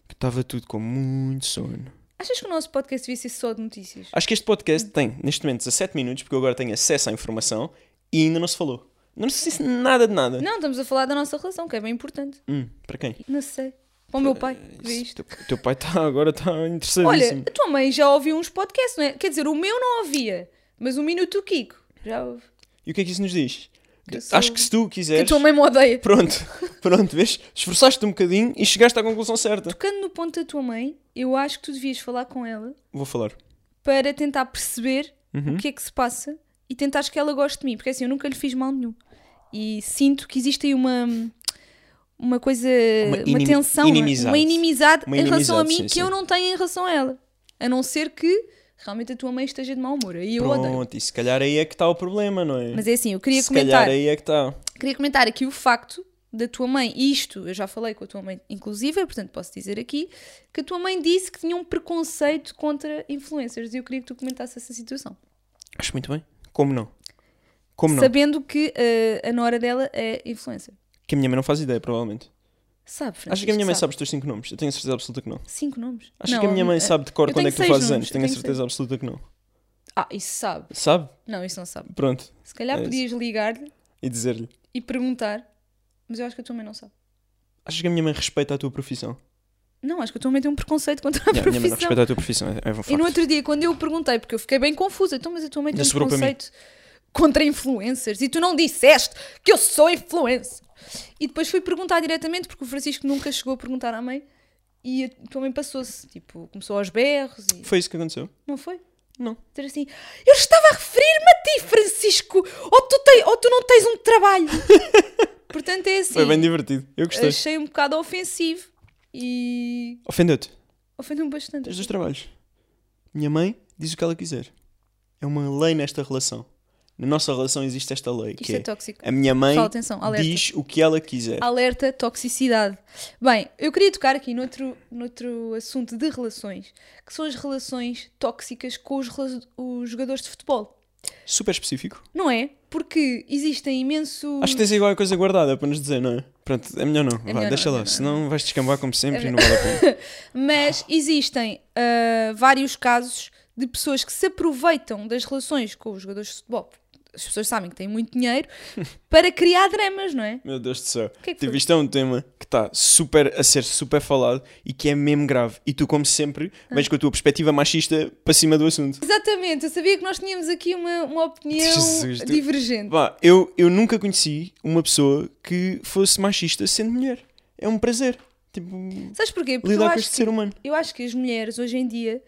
Speaker 1: que estava tudo com muito sono.
Speaker 2: Achas que o nosso podcast devia ser só de notícias?
Speaker 1: Acho que este podcast tem, neste momento, 17 minutos, porque eu agora tenho acesso à informação e ainda não se falou. Não se disse nada de nada.
Speaker 2: Não, estamos a falar da nossa relação, que é bem importante.
Speaker 1: Hum, para quem?
Speaker 2: Não sei. Para o meu pai,
Speaker 1: Isso,
Speaker 2: que vê isto.
Speaker 1: teu, teu pai está agora tá está
Speaker 2: Olha,
Speaker 1: interessadíssimo.
Speaker 2: a tua mãe já ouviu uns podcasts, não é? Quer dizer, o meu não ouvia, mas o Minuto do Kiko já ouve.
Speaker 1: E o que é que isso nos diz?
Speaker 2: Que eu sou-
Speaker 1: Acho que se tu
Speaker 2: Que a
Speaker 1: quiseres.
Speaker 2: tua mãe me odeia.
Speaker 1: Pronto, pronto, vês? Esforçaste-te um bocadinho e chegaste à conclusão certa.
Speaker 2: Tocando no ponto da tua mãe, eu acho que tu devias falar com ela
Speaker 1: Vou falar.
Speaker 2: para tentar perceber
Speaker 1: Uhum.
Speaker 2: o que é que se passa e tentares que ela goste de mim, porque assim eu nunca lhe fiz mal nenhum. E sinto que existe aí uma, uma coisa,
Speaker 1: Uma
Speaker 2: uma,
Speaker 1: inimi-
Speaker 2: tensão,
Speaker 1: inimizade.
Speaker 2: uma inimizade
Speaker 1: Uma
Speaker 2: em relação a
Speaker 1: inimizade,
Speaker 2: mim
Speaker 1: sim,
Speaker 2: que
Speaker 1: sim.
Speaker 2: eu não tenho em relação a ela. A não ser que realmente a tua mãe esteja de mau humor. Aí eu odeio.
Speaker 1: Pronto, e se calhar aí é que está o problema, não é?
Speaker 2: Mas é assim, eu queria
Speaker 1: se
Speaker 2: comentar.
Speaker 1: calhar aí é que está.
Speaker 2: Queria comentar aqui o facto da tua mãe, e isto eu já falei com a tua mãe, inclusive, portanto posso dizer aqui, que a tua mãe disse que tinha um preconceito contra influencers e eu queria que tu comentasse essa situação.
Speaker 1: Acho muito bem. Como não? Como não?
Speaker 2: sabendo que eh, a nora dela é influencer.
Speaker 1: Que a minha mãe não faz ideia, provavelmente.
Speaker 2: Sabe, Francisco?
Speaker 1: Acho que a minha mãe sabe os teus cinco nomes. Eu tenho a certeza absoluta que não.
Speaker 2: Cinco nomes.
Speaker 1: Acho
Speaker 2: Não,
Speaker 1: que a minha mãe
Speaker 2: eh,
Speaker 1: sabe de cor
Speaker 2: eu
Speaker 1: quando
Speaker 2: tenho
Speaker 1: é que tu
Speaker 2: seis
Speaker 1: fazes
Speaker 2: nomes,
Speaker 1: anos.
Speaker 2: eu
Speaker 1: Tenho a
Speaker 2: tenho
Speaker 1: certeza absoluta que não.
Speaker 2: Ah, isso sabe.
Speaker 1: Sabe?
Speaker 2: Não, isso não sabe.
Speaker 1: Pronto.
Speaker 2: Se calhar
Speaker 1: É isso.
Speaker 2: podias ligar-lhe
Speaker 1: E dizer-lhe.
Speaker 2: e perguntar, mas eu acho que a tua mãe não sabe.
Speaker 1: Achas que a minha mãe respeita a tua profissão?
Speaker 2: Não, acho que a tua mãe tem um preconceito contra a
Speaker 1: Yeah, a minha mãe não
Speaker 2: profissão.
Speaker 1: respeita a tua profissão, é, é um
Speaker 2: E no
Speaker 1: facto.
Speaker 2: outro dia, quando eu perguntei, porque eu fiquei bem confusa, então, mas a tua mãe tem
Speaker 1: Ainda
Speaker 2: um
Speaker 1: sobrou para mim.
Speaker 2: preconceito contra influencers e tu não disseste que eu sou influencer. E depois fui perguntar diretamente, porque o Francisco nunca chegou a perguntar à mãe e a tua mãe passou-se, tipo, começou aos berros e.
Speaker 1: Foi isso que aconteceu?
Speaker 2: Não foi?
Speaker 1: Não.
Speaker 2: Dizer assim, eu estava a referir-me a ti, Francisco, ou tu, tens, ou tu não tens um trabalho. Portanto, é assim.
Speaker 1: Foi bem divertido. Eu gostei.
Speaker 2: achei um bocado ofensivo e
Speaker 1: Ofendeu-te.
Speaker 2: ofendeu-me bastante.
Speaker 1: Tens dois trabalhos. Minha mãe diz o que ela quiser. É uma lei nesta relação. Na nossa relação existe esta lei,
Speaker 2: Isto
Speaker 1: que
Speaker 2: é
Speaker 1: é,
Speaker 2: tóxico.
Speaker 1: a minha mãe
Speaker 2: Pessoal, atenção, alerta.
Speaker 1: diz o que ela quiser.
Speaker 2: Alerta, toxicidade. Bem, eu queria tocar aqui noutro, noutro assunto de relações, que são as relações tóxicas com os, rela- os jogadores de futebol.
Speaker 1: Super específico.
Speaker 2: Não é? Porque existem imensos.
Speaker 1: Acho que tens aí alguma coisa guardada para nos dizer, não é? Pronto, é melhor não. Vá,
Speaker 2: melhor não,
Speaker 1: deixa
Speaker 2: Hum. é
Speaker 1: lá.
Speaker 2: melhor não. É
Speaker 1: Senão vais descambar como sempre e não vale a pena.
Speaker 2: Mas existem ah, vários casos de pessoas que se aproveitam das relações com os jogadores de futebol. As pessoas sabem que têm muito dinheiro para criar dramas, não é?
Speaker 1: Meu Deus do céu.
Speaker 2: que é que
Speaker 1: Tipo,
Speaker 2: foi?
Speaker 1: isto é um tema que está super a ser super falado e que é mesmo grave. E tu, como sempre,
Speaker 2: Ah.
Speaker 1: vens com a tua perspectiva machista para cima do assunto.
Speaker 2: Exatamente, eu sabia que nós tínhamos aqui uma, uma opinião
Speaker 1: Jesus, tu-
Speaker 2: divergente.
Speaker 1: Vá, eu, eu nunca conheci uma pessoa que fosse machista sendo mulher. É um prazer. Tipo,
Speaker 2: Sabes porquê? Porque eu
Speaker 1: lidar com
Speaker 2: acho,
Speaker 1: este ser humano.
Speaker 2: eu acho que as
Speaker 1: Hum.
Speaker 2: mulheres hoje em dia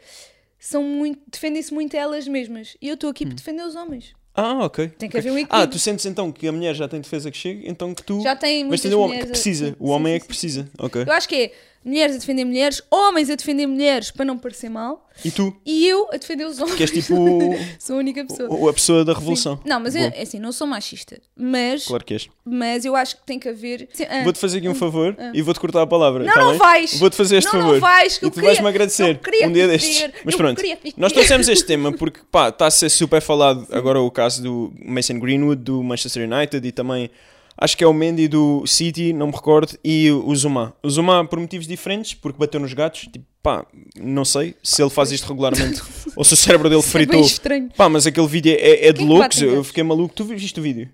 Speaker 2: são muito, defendem-se muito a elas mesmas. E eu estou aqui para defender os homens.
Speaker 1: Ah, ok.
Speaker 2: Tem que
Speaker 1: ok.
Speaker 2: haver um equilíbrio.
Speaker 1: Ah, tu sentes então que a mulher já tem defesa que chega, então que tu.
Speaker 2: Já tem
Speaker 1: Mas
Speaker 2: muitas
Speaker 1: tem o homem que
Speaker 2: mulheres a-
Speaker 1: precisa. O
Speaker 2: Sim,
Speaker 1: homem
Speaker 2: sim,
Speaker 1: é que precisa. Ok.
Speaker 2: Eu acho que é mulheres a defender mulheres, homens a defender mulheres para não parecer mal,
Speaker 1: E tu,
Speaker 2: e eu a defender os homens.
Speaker 1: que és tipo o-
Speaker 2: Sou a única pessoa.
Speaker 1: o- a pessoa da revolução.
Speaker 2: Não, mas eu,
Speaker 1: Bom,
Speaker 2: é assim, não sou machista, mas,
Speaker 1: Claro que és.
Speaker 2: mas eu acho que tem que haver. Sim, ah,
Speaker 1: Vou-te fazer aqui um favor e vou-te cortar a palavra.
Speaker 2: É. Não,
Speaker 1: tá
Speaker 2: não
Speaker 1: bem?
Speaker 2: vais.
Speaker 1: Vou-te fazer este
Speaker 2: Não, não
Speaker 1: favor.
Speaker 2: vais, que
Speaker 1: e
Speaker 2: eu
Speaker 1: tu
Speaker 2: queria-
Speaker 1: vais-me agradecer
Speaker 2: eu queria
Speaker 1: um dia
Speaker 2: te
Speaker 1: destes.
Speaker 2: dizer,
Speaker 1: Mas
Speaker 2: eu
Speaker 1: pronto,
Speaker 2: queria te dizer.
Speaker 1: nós trouxemos este tema porque pá, está a ser super falado agora o caso do Mason Greenwood, do Manchester United e também acho que é o Mendy do City, não me recordo, e o Zuma. O Zuma por motivos diferentes, porque bateu nos gatos, tipo, pá, não sei se ele faz isto regularmente ou se o cérebro dele
Speaker 2: é bem
Speaker 1: fritou.
Speaker 2: estranho.
Speaker 1: Pá, mas aquele vídeo é,
Speaker 2: Quem é
Speaker 1: é de
Speaker 2: que
Speaker 1: loucos,
Speaker 2: bate em
Speaker 1: eu
Speaker 2: gatos?
Speaker 1: fiquei maluco. Tu viste o vídeo?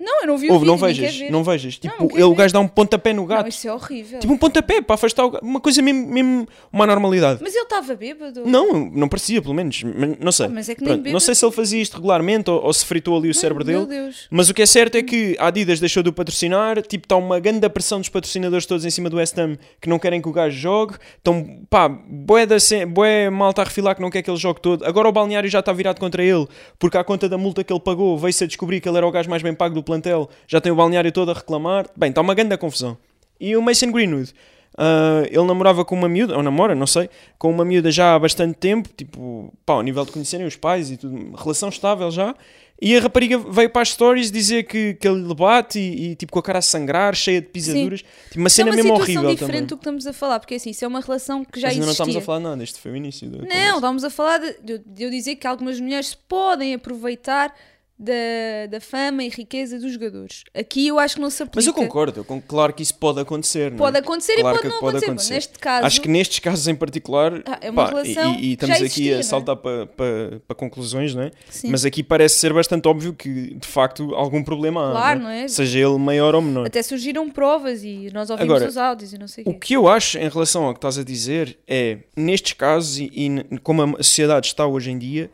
Speaker 2: Não, eu não vi o
Speaker 1: Ouve,
Speaker 2: vídeo,
Speaker 1: não
Speaker 2: nem
Speaker 1: vejas,
Speaker 2: quero ver.
Speaker 1: não vejas.
Speaker 2: não
Speaker 1: Tipo,
Speaker 2: quero
Speaker 1: ele, o
Speaker 2: ver.
Speaker 1: gajo dá um pontapé no gato.
Speaker 2: Não, isso é horrível.
Speaker 1: Tipo um pontapé para afastar o gato. Uma coisa mesmo, mesmo uma normalidade.
Speaker 2: Mas ele estava bêbado.
Speaker 1: Não, não parecia, pelo menos. Mas não sei.
Speaker 2: Ah, mas é que nem
Speaker 1: Pronto, não
Speaker 2: bêbado-
Speaker 1: sei se ele fazia isto regularmente ou, ou se fritou ali o cérebro
Speaker 2: Meu
Speaker 1: dele.
Speaker 2: Deus.
Speaker 1: Mas o que é certo é que a Adidas deixou de o patrocinar, tipo, está uma grande pressão dos patrocinadores todos em cima do West Ham que não querem que o gajo jogue, estão, pá, bué, da, ce- bué malta a refilar que não quer que ele jogue todo. Agora o balneário já está virado contra ele, porque à conta da multa que ele pagou, veio-se a descobrir que ele era o gajo mais bem pago do plantel, já tem o balneário todo a reclamar. Bem, está uma grande confusão. E o Mason Greenwood? ah, ele namorava com uma miúda, ou namora, não sei, com uma miúda já há bastante tempo, tipo, pá, ao nível de conhecerem os pais e tudo, relação estável já. E a rapariga veio para as stories dizer que, que ele lhe bate e, e, tipo com a cara a sangrar, cheia de pisaduras. Tipo, uma
Speaker 2: Isso é
Speaker 1: cena
Speaker 2: uma
Speaker 1: mesmo
Speaker 2: situação
Speaker 1: horrível
Speaker 2: diferente
Speaker 1: também.
Speaker 2: do que estamos a falar, porque assim, isso é uma relação que já
Speaker 1: Mas ainda não
Speaker 2: existia.
Speaker 1: estávamos a falar nada, este foi o início. Da
Speaker 2: Não, estamos a falar de, de eu- de eu dizer que algumas mulheres podem aproveitar da, da fama e riqueza dos jogadores. Aqui eu acho que não se aplica.
Speaker 1: Mas eu concordo, eu con- claro que isso pode acontecer. não é?
Speaker 2: Pode acontecer e
Speaker 1: Claro
Speaker 2: pode
Speaker 1: que
Speaker 2: não
Speaker 1: pode
Speaker 2: acontecer. mas
Speaker 1: acontecer.
Speaker 2: Neste caso,
Speaker 1: Acho que nestes casos em particular,
Speaker 2: Ah, é uma
Speaker 1: pá, e-
Speaker 2: relação
Speaker 1: e,
Speaker 2: que
Speaker 1: estamos
Speaker 2: já
Speaker 1: aqui
Speaker 2: existia, não
Speaker 1: a
Speaker 2: é?
Speaker 1: saltar para para- para conclusões, não é?
Speaker 2: Sim.
Speaker 1: Mas aqui parece ser bastante óbvio que de facto algum problema há.
Speaker 2: Claro,
Speaker 1: não
Speaker 2: não
Speaker 1: é?
Speaker 2: é?
Speaker 1: Seja ele maior ou menor.
Speaker 2: até surgiram provas e nós ouvimos
Speaker 1: Agora,
Speaker 2: os áudios e não sei
Speaker 1: O
Speaker 2: quê.
Speaker 1: que eu acho em relação ao que estás a dizer é, nestes casos e, e n- como a sociedade está hoje em dia,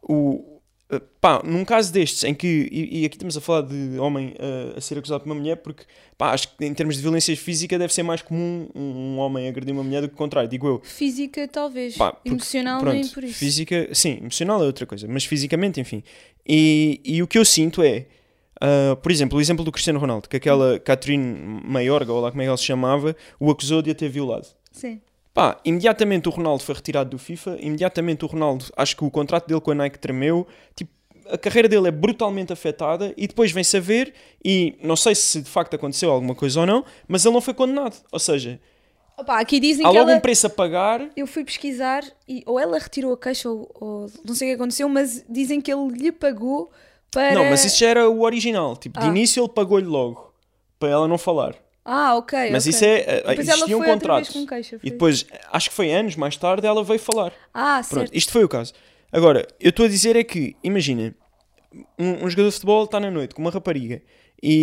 Speaker 1: o, eh, pá, num caso destes em que, e, e aqui estamos a falar de homem eh, a ser acusado por uma mulher, porque pá, acho que em termos de violência física deve ser mais comum um, um homem agredir uma mulher do que o contrário, digo eu.
Speaker 2: Física, talvez.
Speaker 1: Pá, porque,
Speaker 2: Emocional,
Speaker 1: pronto,
Speaker 2: nem por isso.
Speaker 1: Física, sim, emocional é outra coisa, mas fisicamente, enfim. E, e o que eu sinto é, ah, por exemplo, o exemplo do Cristiano Ronaldo, que aquela Catherine Maiorga, ou lá como é que ela se chamava, o acusou de a ter violado.
Speaker 2: Sim.
Speaker 1: Pá, imediatamente o Ronaldo foi retirado do FIFA, imediatamente o Ronaldo, acho que o contrato dele com a Nike tremeu, tipo, a carreira dele é brutalmente afetada e depois vem saber e não sei se de facto aconteceu alguma coisa ou não, mas ele não foi condenado, ou seja,
Speaker 2: Opa, aqui dizem
Speaker 1: há
Speaker 2: que
Speaker 1: logo
Speaker 2: ela.
Speaker 1: um preço a pagar
Speaker 2: Eu fui pesquisar e ou ela retirou a queixa ou, ou não sei o que aconteceu, mas dizem que ele lhe pagou para.
Speaker 1: Não, mas isso já era o original. Tipo, de
Speaker 2: Ah.
Speaker 1: início ele pagou-lhe logo para ela não falar.
Speaker 2: Ah, ok.
Speaker 1: Mas
Speaker 2: ok.
Speaker 1: isso é.
Speaker 2: Depois ela
Speaker 1: existia um
Speaker 2: foi outra vez
Speaker 1: contrato.
Speaker 2: com queixa,
Speaker 1: e
Speaker 2: foi.
Speaker 1: depois, acho que foi anos mais tarde, ela veio falar.
Speaker 2: Ah,
Speaker 1: Pronto,
Speaker 2: certo.
Speaker 1: isto foi o caso. Agora, eu estou a dizer é que, imagina, um, um jogador de futebol está na noite com uma rapariga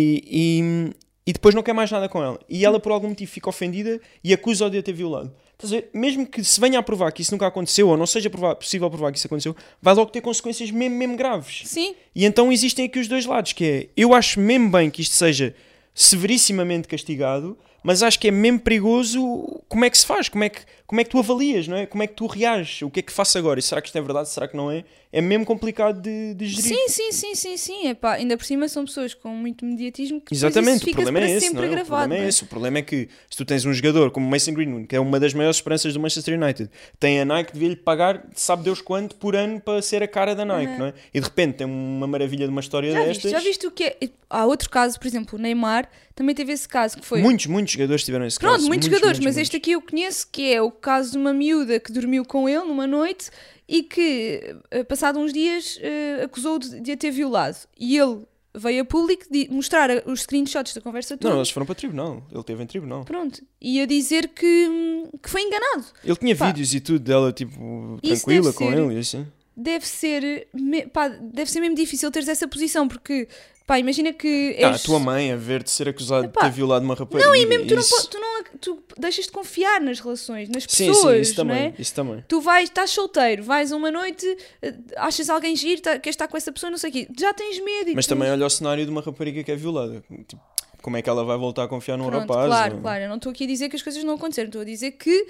Speaker 1: e, e, e depois não quer mais nada com ela. E ela, por algum motivo, fica ofendida e acusa-o de a ter violado. Estás a ver? Mesmo que se venha a provar que isso nunca aconteceu ou não seja prova- possível provar que isso aconteceu, vai logo ter consequências mesmo, mesmo graves.
Speaker 2: Sim,
Speaker 1: E então existem aqui os dois lados, que é, eu acho mesmo bem que isto seja severissimamente castigado, mas acho que é mesmo perigoso como é que se faz, como é que, como é que tu avalias, não é? Como é que tu reages, o que é que faço agora? E será que isto é verdade, será que não é? É mesmo complicado de, de gerir.
Speaker 2: Sim, sim, sim, sim, sim. Epá, ainda por cima são pessoas com muito mediatismo que depois
Speaker 1: Exatamente,
Speaker 2: isso
Speaker 1: o
Speaker 2: fica
Speaker 1: problema
Speaker 2: para
Speaker 1: é esse, não
Speaker 2: sempre
Speaker 1: é? O
Speaker 2: gravado.
Speaker 1: problema
Speaker 2: não
Speaker 1: é
Speaker 2: é?
Speaker 1: esse. O problema é que se tu tens um jogador como Mason Greenwood, que é uma das maiores esperanças do Manchester United, tem a Nike, devia-lhe pagar sabe Deus quanto por ano para ser a cara da Nike, não é? E de repente tem uma maravilha de uma história
Speaker 2: Uhum. Já
Speaker 1: destas.
Speaker 2: viste, já viste o que é? Há outro caso, por exemplo, o Neymar também teve esse caso que foi.
Speaker 1: Muitos, muitos jogadores tiveram esse
Speaker 2: Pronto,
Speaker 1: caso.
Speaker 2: muitos, jogadores, mas este aqui eu conheço que é o caso de uma miúda que dormiu com ele numa noite e que, eh, passado uns dias, eh, acusou-o de, de a ter violado. E ele veio a público de- mostrar a- os screenshots da conversa toda.
Speaker 1: Não, eles foram para tribunal. Ele teve em tribunal.
Speaker 2: Pronto, e a dizer que, hum, que foi enganado.
Speaker 1: Ele tinha
Speaker 2: Pá.
Speaker 1: vídeos e tudo dela, tipo,
Speaker 2: Isso
Speaker 1: tranquila
Speaker 2: deve
Speaker 1: com
Speaker 2: ser-
Speaker 1: ele e assim.
Speaker 2: deve ser, me- pá, deve ser mesmo difícil teres essa posição, porque pá, imagina que
Speaker 1: Ah, a
Speaker 2: és-
Speaker 1: tua mãe a ver-te ser acusado
Speaker 2: É Epá.
Speaker 1: de ter violado uma rapariga. Não, e mesmo
Speaker 2: tu, não, po- tu não ac- tu deixas de confiar nas relações, nas
Speaker 1: Sim,
Speaker 2: pessoas,
Speaker 1: sim, isso
Speaker 2: não
Speaker 1: também.
Speaker 2: é?
Speaker 1: Isso também.
Speaker 2: Tu vais, estás solteiro, vais a uma noite, eh, achas alguém giro, tá, queres estar com essa pessoa, não sei o quê, já tens medo e
Speaker 1: Mas
Speaker 2: tu-
Speaker 1: também olha o cenário de uma rapariga que é violada. Tipo, como é que ela vai voltar a confiar num
Speaker 2: Pronto,
Speaker 1: é um rapaz?
Speaker 2: claro,
Speaker 1: ou-
Speaker 2: claro, eu não estou aqui a dizer que as coisas não aconteceram, estou a dizer que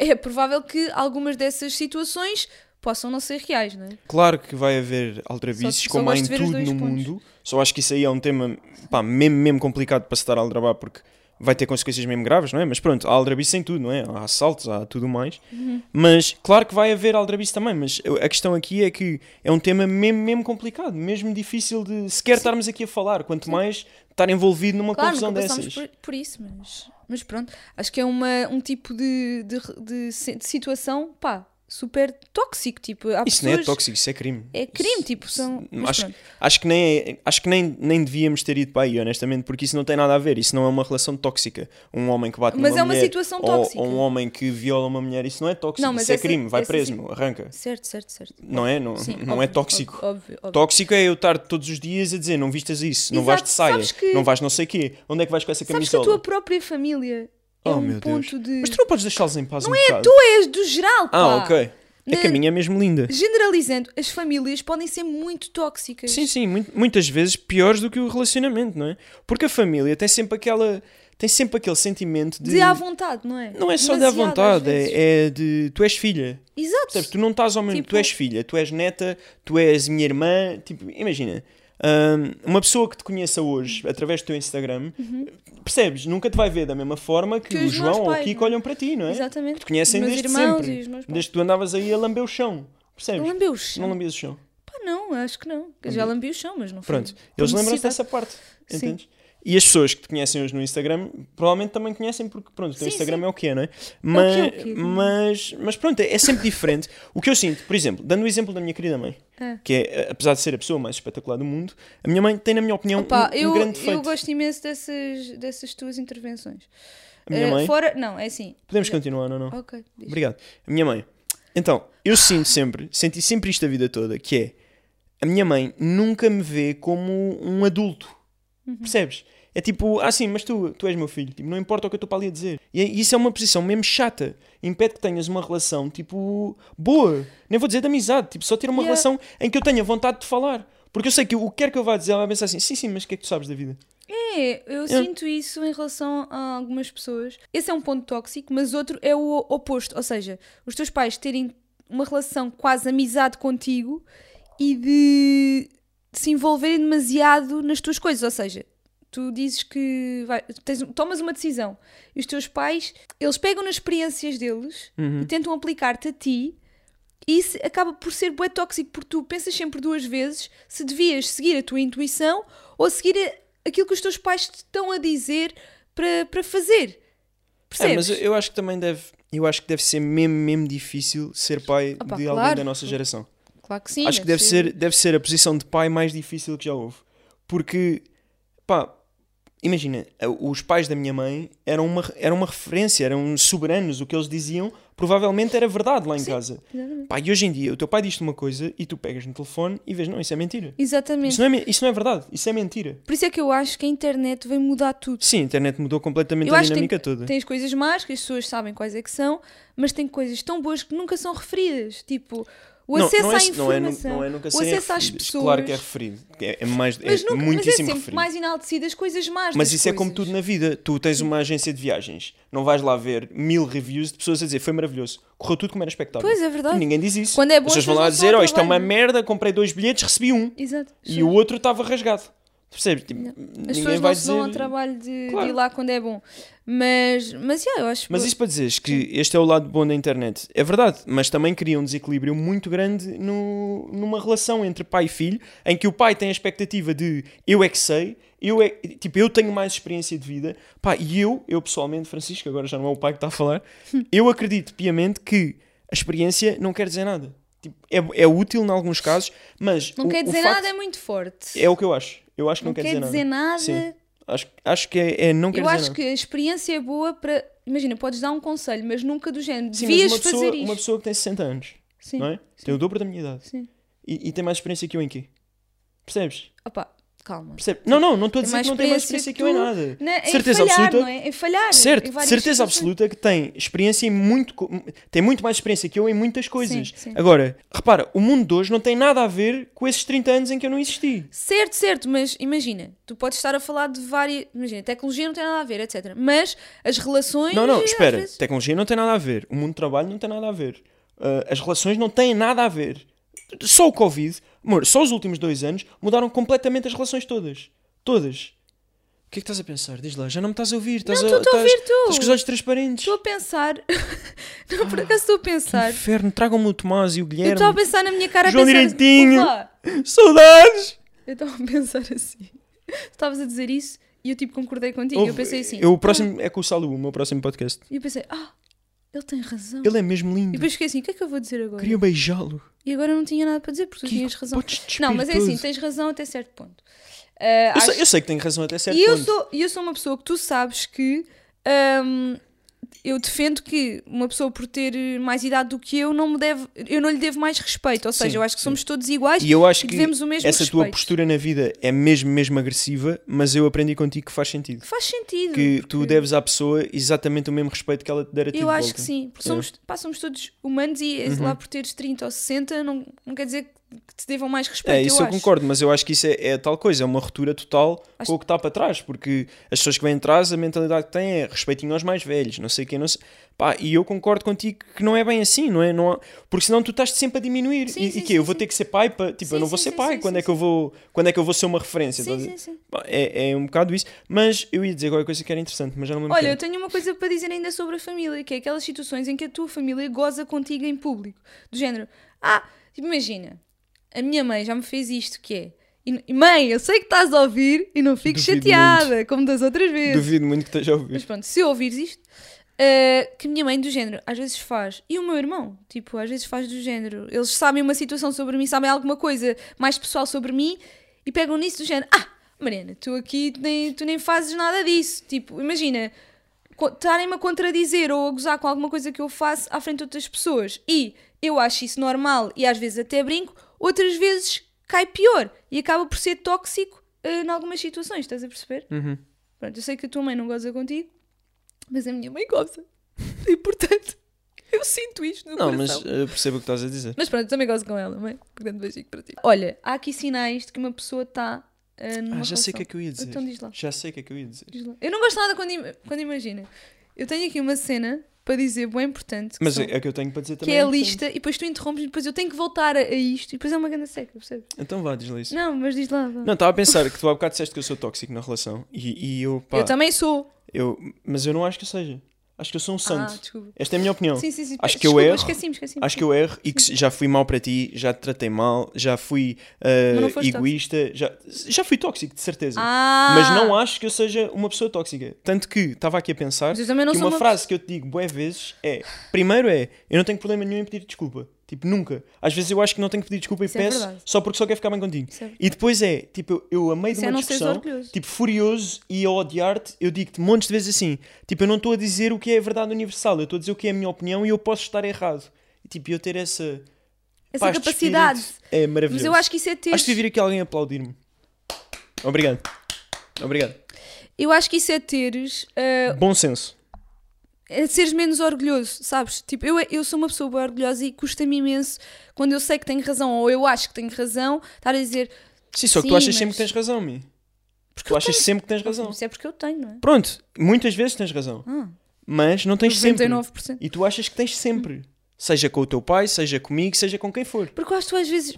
Speaker 2: é provável que algumas dessas situações possam não ser reais, não é?
Speaker 1: Claro que vai haver aldrabices,
Speaker 2: Só- só
Speaker 1: como há
Speaker 2: gosto
Speaker 1: em
Speaker 2: de ver os
Speaker 1: tudo
Speaker 2: dois
Speaker 1: no
Speaker 2: pontos.
Speaker 1: mundo. Só acho que isso aí é um tema pá, mesmo, mesmo complicado para se estar a aldrabar, porque vai ter consequências mesmo graves, não é? Mas pronto, há aldrabices em tudo, não é? Há assaltos, há tudo mais.
Speaker 2: Uhum.
Speaker 1: Mas claro que vai haver aldrabices também, mas eu- a questão aqui é que é um tema mesmo, mesmo complicado, mesmo difícil de sequer estarmos aqui a falar, quanto mais estar envolvido numa
Speaker 2: Claro,
Speaker 1: confusão
Speaker 2: nunca passámos
Speaker 1: dessas.
Speaker 2: por, por isso, mas, mas pronto. Acho que é uma, um tipo de, de, de si- de situação, pá, super tóxico. Tipo, há
Speaker 1: Isso não
Speaker 2: pessoas...
Speaker 1: é tóxico, isso é crime.
Speaker 2: É crime,
Speaker 1: Isso-
Speaker 2: tipo, são...
Speaker 1: Hum,
Speaker 2: mas
Speaker 1: Acho,
Speaker 2: pronto.
Speaker 1: acho que, nem, é- acho que nem, nem devíamos ter ido para aí, honestamente, porque isso não tem nada a ver. Isso não é uma relação tóxica. Um homem que bate
Speaker 2: Mas
Speaker 1: numa
Speaker 2: é uma
Speaker 1: mulher,
Speaker 2: situação
Speaker 1: ou-
Speaker 2: tóxica.
Speaker 1: Ou, um homem que viola uma mulher, isso não é tóxico.
Speaker 2: Não, mas
Speaker 1: isso é
Speaker 2: essa-
Speaker 1: crime, vai
Speaker 2: essa
Speaker 1: preso,
Speaker 2: sim.
Speaker 1: arranca.
Speaker 2: Certo, certo, certo.
Speaker 1: Não é? Não,
Speaker 2: Sim,
Speaker 1: não é
Speaker 2: óbvio,
Speaker 1: tóxico.
Speaker 2: Óbvio, óbvio.
Speaker 1: Tóxico é eu estar todos os dias a dizer não vistas isso, não vais de
Speaker 2: Exato,
Speaker 1: saia,
Speaker 2: sabes que-
Speaker 1: não vais não sei quê, onde é que vais com essa
Speaker 2: Sabes que a
Speaker 1: camisola?
Speaker 2: tua própria família é
Speaker 1: Oh,
Speaker 2: um
Speaker 1: meu Deus.
Speaker 2: ponto de...
Speaker 1: Mas tu não podes deixá-los em paz não um é bocado.
Speaker 2: Tu és do geral, pá.
Speaker 1: Ah, ok. É que
Speaker 2: Na-
Speaker 1: a minha é mesmo linda.
Speaker 2: Generalizando, as famílias podem ser muito tóxicas.
Speaker 1: Sim, sim, mu- muitas vezes piores do que o relacionamento, não é? Porque a família tem sempre aquela tem sempre aquele sentimento de,
Speaker 2: De à vontade, não é?
Speaker 1: não é só de à
Speaker 2: Demasiado, às
Speaker 1: vontade,
Speaker 2: vezes.
Speaker 1: é, é de tu és filha.
Speaker 2: Exato.
Speaker 1: Percebes? Tu não estás ao mesmo,
Speaker 2: Tipo-
Speaker 1: tu és filha, tu és neta, tu és minha irmã, tipo, imagina. hum, uma pessoa que te conheça hoje através do teu Instagram, percebes? Nunca te vai ver da mesma forma que,
Speaker 2: Uhum. Que
Speaker 1: o
Speaker 2: os meus
Speaker 1: João ou o
Speaker 2: pais,
Speaker 1: Kiko
Speaker 2: não é?
Speaker 1: olham para ti, não é?
Speaker 2: Exatamente.
Speaker 1: Te conhecem
Speaker 2: Os meus
Speaker 1: desde
Speaker 2: irmãos
Speaker 1: sempre.
Speaker 2: e os meus pais.
Speaker 1: Desde que tu andavas aí a lamber o chão, percebes?
Speaker 2: Lambeu o chão.
Speaker 1: Não lambias o chão.
Speaker 2: Pá, não, acho que não. Eu já lambi o chão, mas não foi.
Speaker 1: Pronto,
Speaker 2: por
Speaker 1: eles lembram-se
Speaker 2: necessidade.
Speaker 1: dessa parte,
Speaker 2: Sim.
Speaker 1: entendes? E as pessoas que te conhecem hoje no Instagram provavelmente também conhecem porque, pronto, o teu
Speaker 2: Sim,
Speaker 1: Instagram
Speaker 2: sim.
Speaker 1: é o que é, não é?
Speaker 2: que é,
Speaker 1: Mas,
Speaker 2: o que é.
Speaker 1: mas, mas pronto, é, é sempre diferente. o que eu sinto, por exemplo, dando o exemplo da minha querida mãe,
Speaker 2: Ah.
Speaker 1: que é, apesar de ser a pessoa mais espetacular do mundo, a minha mãe tem, na minha opinião,
Speaker 2: Opa,
Speaker 1: um, um
Speaker 2: Ah, eu,
Speaker 1: grande
Speaker 2: eu
Speaker 1: defeito.
Speaker 2: gosto imenso dessas, dessas tuas intervenções.
Speaker 1: A minha
Speaker 2: Eh,
Speaker 1: mãe-
Speaker 2: Fora, não, é assim.
Speaker 1: Podemos continuar, não, não?
Speaker 2: Ok, diz.
Speaker 1: Obrigado. A minha mãe. Então, eu sinto sempre, senti sempre isto a vida toda, que é a minha mãe nunca me vê como um adulto.
Speaker 2: Uhum.
Speaker 1: Percebes? É tipo, ah sim, mas tu, tu és meu filho, tipo, não importa o que eu estou para ali a dizer. E é- isso é uma posição mesmo chata. Impede que tenhas uma relação, tipo, boa. Nem vou dizer de amizade, tipo, só ter uma
Speaker 2: Yeah.
Speaker 1: relação em que eu tenha vontade de falar. Porque eu sei que o que quer que eu vá dizer, ela vai pensar assim, sim, sim, mas o que é que tu sabes da vida?
Speaker 2: É, eu sinto isso em relação a algumas pessoas. Esse é um ponto tóxico, mas outro é o oposto. Ou seja, os teus pais terem uma relação quase amizade contigo e de se envolverem demasiado nas tuas coisas. Ou seja, tu dizes que vai- tens- um, tomas uma decisão e os teus pais, eles pegam nas experiências deles
Speaker 1: Uhum.
Speaker 2: e tentam aplicar-te a ti. E isso acaba por ser bué tóxico porque tu pensas sempre duas vezes se devias seguir a tua intuição ou seguir a- aquilo que os teus pais te estão a dizer para para fazer. Percebes?
Speaker 1: É, mas eu, eu acho que também deve, eu acho que deve ser mesmo, mesmo difícil ser pai
Speaker 2: Opa,
Speaker 1: de alguém
Speaker 2: claro.
Speaker 1: da nossa geração.
Speaker 2: Claro que sim.
Speaker 1: acho que deve ser, deve ser a posição de pai mais difícil que já houve. Porque, pá, imagina, eh, os pais da minha mãe eram uma, eram uma referência, eram soberanos. O que eles diziam provavelmente era verdade lá em casa.
Speaker 2: exatamente.
Speaker 1: Pá, e hoje em dia o teu pai diz-te uma coisa e tu pegas no telefone e vês, não, isso é mentira.
Speaker 2: Exatamente.
Speaker 1: Isso não é, me- isso não é verdade, isso é mentira.
Speaker 2: Por isso é que eu acho que a internet vem mudar tudo.
Speaker 1: Sim, a internet mudou completamente
Speaker 2: Eu
Speaker 1: a
Speaker 2: acho que
Speaker 1: dinâmica
Speaker 2: tem,
Speaker 1: toda.
Speaker 2: tem as coisas más, que as pessoas sabem quais é que são, mas tem coisas tão boas que nunca são referidas. Tipo, o acesso à
Speaker 1: isso-
Speaker 2: informação,
Speaker 1: não é, nu- não é nunca
Speaker 2: o
Speaker 1: serem
Speaker 2: acesso às
Speaker 1: referidos.
Speaker 2: pessoas.
Speaker 1: Claro que é referido. É, é mais, é
Speaker 2: mas, nunca, mas é
Speaker 1: muitíssimo
Speaker 2: sempre
Speaker 1: referido.
Speaker 2: mais enaltecidas coisas más.
Speaker 1: Mas
Speaker 2: das
Speaker 1: isso é como
Speaker 2: coisas.
Speaker 1: tudo na vida. Tu tens uma agência de viagens, não vais lá ver mil reviews de pessoas a dizer foi maravilhoso, correu tudo como era expectável.
Speaker 2: Pois, é verdade.
Speaker 1: Ninguém diz isso.
Speaker 2: Quando é bom,
Speaker 1: As pessoas
Speaker 2: as
Speaker 1: vão lá
Speaker 2: pessoas não
Speaker 1: dizer:
Speaker 2: vão
Speaker 1: oh,
Speaker 2: ao
Speaker 1: isto é uma
Speaker 2: trabalho."
Speaker 1: merda, comprei dois bilhetes, recebi um.
Speaker 2: Exato.
Speaker 1: E o outro estava rasgado. Percebes? Tipo,
Speaker 2: As
Speaker 1: ninguém
Speaker 2: pessoas não
Speaker 1: vai dizer.
Speaker 2: se dão ao trabalho de,
Speaker 1: Claro.
Speaker 2: de ir lá quando é bom. Mas, mas yeah, eu acho
Speaker 1: Mas
Speaker 2: boa.
Speaker 1: isto para dizeres que este é o lado bom da internet. É verdade, mas também cria um desequilíbrio muito grande no- numa relação entre pai e filho, em que o pai tem a expectativa de eu é que sei, eu é, tipo, eu tenho mais experiência de vida, pá, e eu, eu pessoalmente, Francisco, agora já não é o pai que está a falar, eu acredito piamente que a experiência não quer dizer nada. Tipo, é, é útil em alguns casos, mas
Speaker 2: não
Speaker 1: o-
Speaker 2: quer
Speaker 1: o
Speaker 2: dizer
Speaker 1: facto-
Speaker 2: nada, é muito forte.
Speaker 1: é o que eu acho. Eu acho que não,
Speaker 2: não quer dizer nada.
Speaker 1: Sim. Acho, acho que é, é não quer
Speaker 2: Eu
Speaker 1: dizer
Speaker 2: acho
Speaker 1: nada.
Speaker 2: que a experiência é boa para. Imagina, podes dar um conselho, mas nunca do género.
Speaker 1: Sim, mas
Speaker 2: Devias
Speaker 1: uma pessoa,
Speaker 2: fazer isto.
Speaker 1: uma pessoa que tem 60 anos,
Speaker 2: Sim.
Speaker 1: não é? Tem o dobro da minha idade.
Speaker 2: Sim.
Speaker 1: E, e tem mais experiência que eu em quê? Percebes?
Speaker 2: Opa, calma.
Speaker 1: Percebe? Não, não, não estou
Speaker 2: Tem
Speaker 1: a dizer
Speaker 2: É mais
Speaker 1: que não tem mais
Speaker 2: experiência
Speaker 1: experiência
Speaker 2: que
Speaker 1: que eu em
Speaker 2: tu,
Speaker 1: nada.
Speaker 2: Na- em
Speaker 1: certeza
Speaker 2: falhar,
Speaker 1: absoluta.
Speaker 2: não é? Em falhar. em
Speaker 1: Certo,
Speaker 2: várias
Speaker 1: certeza
Speaker 2: situações.
Speaker 1: absoluta que tem experiência em muito. co- tem muito mais experiência que eu em muitas coisas.
Speaker 2: sim.
Speaker 1: Agora, repara, o mundo de hoje não tem nada a ver com esses 30 anos em que eu não existi.
Speaker 2: Certo, certo, mas imagina, tu podes estar a falar de várias. Imagina, tecnologia não tem nada a ver, etc. Mas as relações.
Speaker 1: Não, não,
Speaker 2: às
Speaker 1: espera.
Speaker 2: vezes-
Speaker 1: Tecnologia não tem nada a ver. O mundo do trabalho não tem nada a ver. ah, as relações não têm nada a ver. Só o Covid, amor, só os últimos dois anos mudaram completamente as relações todas. Todas. O que é que estás a pensar? Diz lá, já não me estás a ouvir. Estás
Speaker 2: Não, estou-te a ouvir, tu.
Speaker 1: Estás com os olhos transparentes.
Speaker 2: Estou a pensar. não, por acaso estou a pensar.
Speaker 1: Inferno, tragam-me o Tomás e o
Speaker 2: Eu
Speaker 1: Guilherme.
Speaker 2: estava a pensar na minha cara a
Speaker 1: João
Speaker 2: pensar. assim,
Speaker 1: Direitinho.
Speaker 2: Opa,
Speaker 1: Saudades!
Speaker 2: eu estava a pensar assim. Tu Estavas a dizer isso e eu tipo concordei contigo. eu
Speaker 1: Houve-
Speaker 2: pensei assim.
Speaker 1: Eu, o próximo é com o Salu, o meu próximo podcast.
Speaker 2: E eu pensei, ah, ele tem razão.
Speaker 1: Ele é mesmo
Speaker 2: E
Speaker 1: lindo.
Speaker 2: depois fiquei assim, o que é que eu vou dizer agora?
Speaker 1: Queria beijá-lo.
Speaker 2: E agora eu não tinha nada para dizer porque tu
Speaker 1: Kiko,
Speaker 2: tinhas razão.
Speaker 1: podes despir
Speaker 2: Não, mas é assim,
Speaker 1: todo.
Speaker 2: tens razão até certo ponto. Ah,
Speaker 1: Eu
Speaker 2: acho-
Speaker 1: sei, eu sei que tenho razão até certo
Speaker 2: E eu
Speaker 1: ponto.
Speaker 2: sou, e eu sou uma pessoa que tu sabes que hum, eu defendo que uma pessoa por ter mais idade do que eu não me deve, eu não lhe devo mais respeito. Ou seja,
Speaker 1: Sim,
Speaker 2: eu acho que
Speaker 1: sim.
Speaker 2: somos todos iguais
Speaker 1: E eu acho
Speaker 2: e
Speaker 1: que
Speaker 2: devemos o mesmo
Speaker 1: essa
Speaker 2: respeito.
Speaker 1: tua postura na vida é mesmo, mesmo agressiva, mas eu aprendi contigo que faz sentido.
Speaker 2: Faz sentido.
Speaker 1: Que tu
Speaker 2: porque
Speaker 1: deves à pessoa exatamente o mesmo respeito que ela te der a ti.
Speaker 2: Eu
Speaker 1: de
Speaker 2: acho
Speaker 1: volta.
Speaker 2: que sim, porque
Speaker 1: É. Uhum.
Speaker 2: somos, pá, somos todos humanos e eh, lá por teres 30 ou 60 não, não quer dizer que te devam mais respeito.
Speaker 1: É, isso eu,
Speaker 2: acho.
Speaker 1: concordo, mas eu acho que isso é, é tal coisa, é uma ruptura total
Speaker 2: Acho-
Speaker 1: com o que está para trás, porque as pessoas que vêm atrás, a mentalidade que têm é respeitinho aos mais velhos, não sei quem, não sei. Pá, e eu concordo contigo que não é bem assim, não é? Não há- Porque senão tu estás sempre a diminuir.
Speaker 2: Sim,
Speaker 1: e
Speaker 2: sim,
Speaker 1: que Eu
Speaker 2: sim,
Speaker 1: vou
Speaker 2: sim.
Speaker 1: ter que ser pai para. Tipo,
Speaker 2: Sim,
Speaker 1: eu não vou
Speaker 2: sim,
Speaker 1: ser
Speaker 2: sim,
Speaker 1: pai,
Speaker 2: sim,
Speaker 1: quando,
Speaker 2: sim,
Speaker 1: é que eu vou... quando é que eu vou ser uma referência?
Speaker 2: Sim,
Speaker 1: estás a-
Speaker 2: sim, sim.
Speaker 1: Pá, É, é um bocado isso, mas eu ia dizer qualquer coisa que era interessante, mas já não me lembro.
Speaker 2: Olha,
Speaker 1: o
Speaker 2: eu
Speaker 1: que
Speaker 2: tenho uma coisa para dizer ainda sobre a família, que é aquelas situações em que a tua família goza contigo em público. Do género, ah, tipo, imagina, a minha mãe já me fez isto, que é, e- e mãe, eu sei que estás a ouvir e não fiques
Speaker 1: Duvido
Speaker 2: chateada, como das outras
Speaker 1: era.
Speaker 2: vezes.
Speaker 1: é. Duvido muito que esteja a ouvir.
Speaker 2: Mas pronto, se ouvires isto, eh, que a minha mãe do género às vezes faz, e o meu irmão, tipo, às vezes faz do género, eles sabem uma situação sobre mim, sabem alguma coisa mais pessoal sobre mim e pegam nisso do género, ah, Mariana, tu aqui nem, tu nem fazes nada disso. Tipo, imagina co- estarem-me a contradizer ou a gozar com alguma coisa que eu faço à frente de outras pessoas. E eu acho isso normal e às vezes até brinco, outras vezes cai pior e acaba por ser tóxico eh, em algumas situações, estás a perceber?
Speaker 1: Uhum.
Speaker 2: Pronto, eu sei que a tua mãe não goza contigo, mas a minha mãe goza. E portanto, eu sinto isto no
Speaker 1: Não, mas
Speaker 2: coração. Mas...
Speaker 1: eh, percebo o que estás a dizer.
Speaker 2: pronto, eu também gozo com ela, mãe. Um Grande beijinho para ti. Olha, há aqui sinais de que uma pessoa está ah, numa
Speaker 1: Ah, já sei o que é
Speaker 2: relação.
Speaker 1: que eu ia dizer.
Speaker 2: Então diz lá.
Speaker 1: Já sei o que é que eu ia dizer.
Speaker 2: Diz lá. Eu não gosto nada quando, im- quando imagina. Eu tenho aqui uma cena para dizer bem importante, que,
Speaker 1: Mas
Speaker 2: são-
Speaker 1: é é que eu tenho para dizer
Speaker 2: que
Speaker 1: também.
Speaker 2: é a
Speaker 1: importante.
Speaker 2: lista, e depois tu interrompes e depois eu tenho que voltar a, a isto, e depois é uma grande seca, percebes?
Speaker 1: Então vá, diz lá isso.
Speaker 2: Não, mas diz lá. vá.
Speaker 1: Não, estava a pensar que tu há bocado disseste que eu sou tóxico na relação e, e eu, pá,
Speaker 2: eu também sou.
Speaker 1: eu- mas eu não acho que eu seja. Acho que eu sou um santo.
Speaker 2: Ah, desculpa.
Speaker 1: Esta é a minha opinião.
Speaker 2: Sim, sim, sim.
Speaker 1: Acho que eu
Speaker 2: desculpa,
Speaker 1: erro.
Speaker 2: Esqueci-me, esqueci-me.
Speaker 1: Acho que eu erro e que se- já fui mal para ti, já te tratei mal, já fui ah,
Speaker 2: Mas não foste
Speaker 1: egoísta, já, já fui tóxico, de certeza.
Speaker 2: Ah!
Speaker 1: Mas não acho que eu seja uma pessoa tóxica. Tanto que estava aqui a pensar
Speaker 2: Mas eu
Speaker 1: que
Speaker 2: também não
Speaker 1: uma,
Speaker 2: sou uma
Speaker 1: frase que eu te digo bué vezes é: primeiro é, eu não tenho problema nenhum em pedir desculpa. Tipo, nunca. Às vezes eu acho que não tenho que pedir desculpa e
Speaker 2: Isso é
Speaker 1: peço
Speaker 2: verdade.
Speaker 1: só porque só quer ficar bem contigo.
Speaker 2: Isso é-
Speaker 1: E depois é, tipo, eu, eu a meio
Speaker 2: Isso
Speaker 1: de
Speaker 2: é
Speaker 1: uma
Speaker 2: não seres
Speaker 1: discussão,
Speaker 2: orgulhoso.
Speaker 1: tipo, furioso e a odiar-te, eu digo-te montes de vezes assim: tipo, eu não estou a dizer o que é a verdade universal, eu estou a dizer o que é a minha opinião e eu posso estar errado. E, tipo, eu ter essa,
Speaker 2: Essa
Speaker 1: paz de
Speaker 2: capacidade.
Speaker 1: espírito é maravilhoso.
Speaker 2: Mas eu acho que isso é ter.
Speaker 1: Acho que devia vir aqui alguém aplaudir-me. Obrigado. Obrigado.
Speaker 2: Eu acho que isso é teres. ah,
Speaker 1: Bom senso.
Speaker 2: é seres menos orgulhoso, sabes? Tipo, eu, eu sou uma pessoa bué orgulhosa e custa-me imenso quando eu sei que tenho razão ou eu acho que tenho razão estar a dizer.
Speaker 1: Sim, só que
Speaker 2: Sim,
Speaker 1: tu achas
Speaker 2: mas-
Speaker 1: sempre que tens razão, Mi.
Speaker 2: Porque
Speaker 1: Tu
Speaker 2: eu
Speaker 1: achas
Speaker 2: tenho.
Speaker 1: sempre que tens razão.
Speaker 2: Isso é porque eu tenho, não é?
Speaker 1: Pronto, muitas vezes tens razão.
Speaker 2: Ah,
Speaker 1: Mas não tens sempre.
Speaker 2: 99%.
Speaker 1: E tu achas que tens sempre. Seja com o teu pai, seja comigo, seja com quem for.
Speaker 2: Porque eu acho que tu às vezes.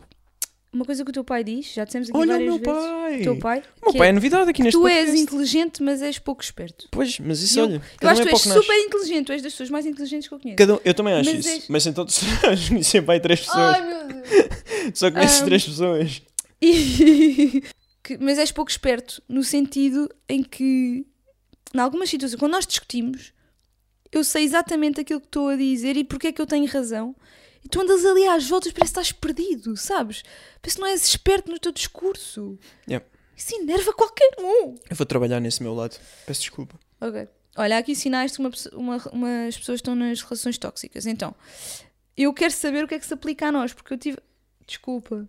Speaker 2: Uma coisa que o teu pai diz, já dissemos aqui
Speaker 1: Olha o
Speaker 2: várias
Speaker 1: meu
Speaker 2: vezes.
Speaker 1: pai.
Speaker 2: O teu pai.
Speaker 1: O meu
Speaker 2: que
Speaker 1: pai é
Speaker 2: é,
Speaker 1: novidade aqui neste
Speaker 2: tu és
Speaker 1: podcast.
Speaker 2: inteligente, mas és pouco esperto.
Speaker 1: Pois, mas
Speaker 2: E
Speaker 1: isso
Speaker 2: eu
Speaker 1: olha.
Speaker 2: eu
Speaker 1: cada
Speaker 2: acho
Speaker 1: um
Speaker 2: que
Speaker 1: é
Speaker 2: tu és
Speaker 1: para o nasce.
Speaker 2: super inteligente, tu és das pessoas mais inteligentes que eu conheço.
Speaker 1: Cada um- Eu também acho
Speaker 2: Mas
Speaker 1: isso.
Speaker 2: és-
Speaker 1: Mas então tu serás sempre aí três pessoas.
Speaker 2: Ai meu Deus!
Speaker 1: Só conheces
Speaker 2: Ahm.
Speaker 1: três pessoas.
Speaker 2: E- que- mas és pouco esperto no sentido em que, em algumas situações, quando nós discutimos, eu sei exatamente aquilo que estou a dizer e porque é que eu tenho razão. E tu andas ali às voltas, parece que estás perdido, sabes? Parece que não és esperto no teu discurso.
Speaker 1: Yep.
Speaker 2: Isso enerva qualquer um.
Speaker 1: Eu vou trabalhar nesse meu lado. Peço desculpa.
Speaker 2: Ok. Olha, há aqui sinais de que uma, pesso- uma, umas pessoas estão nas relações tóxicas. Então, eu quero saber o que é que se aplica a nós, porque eu tive. Desculpa.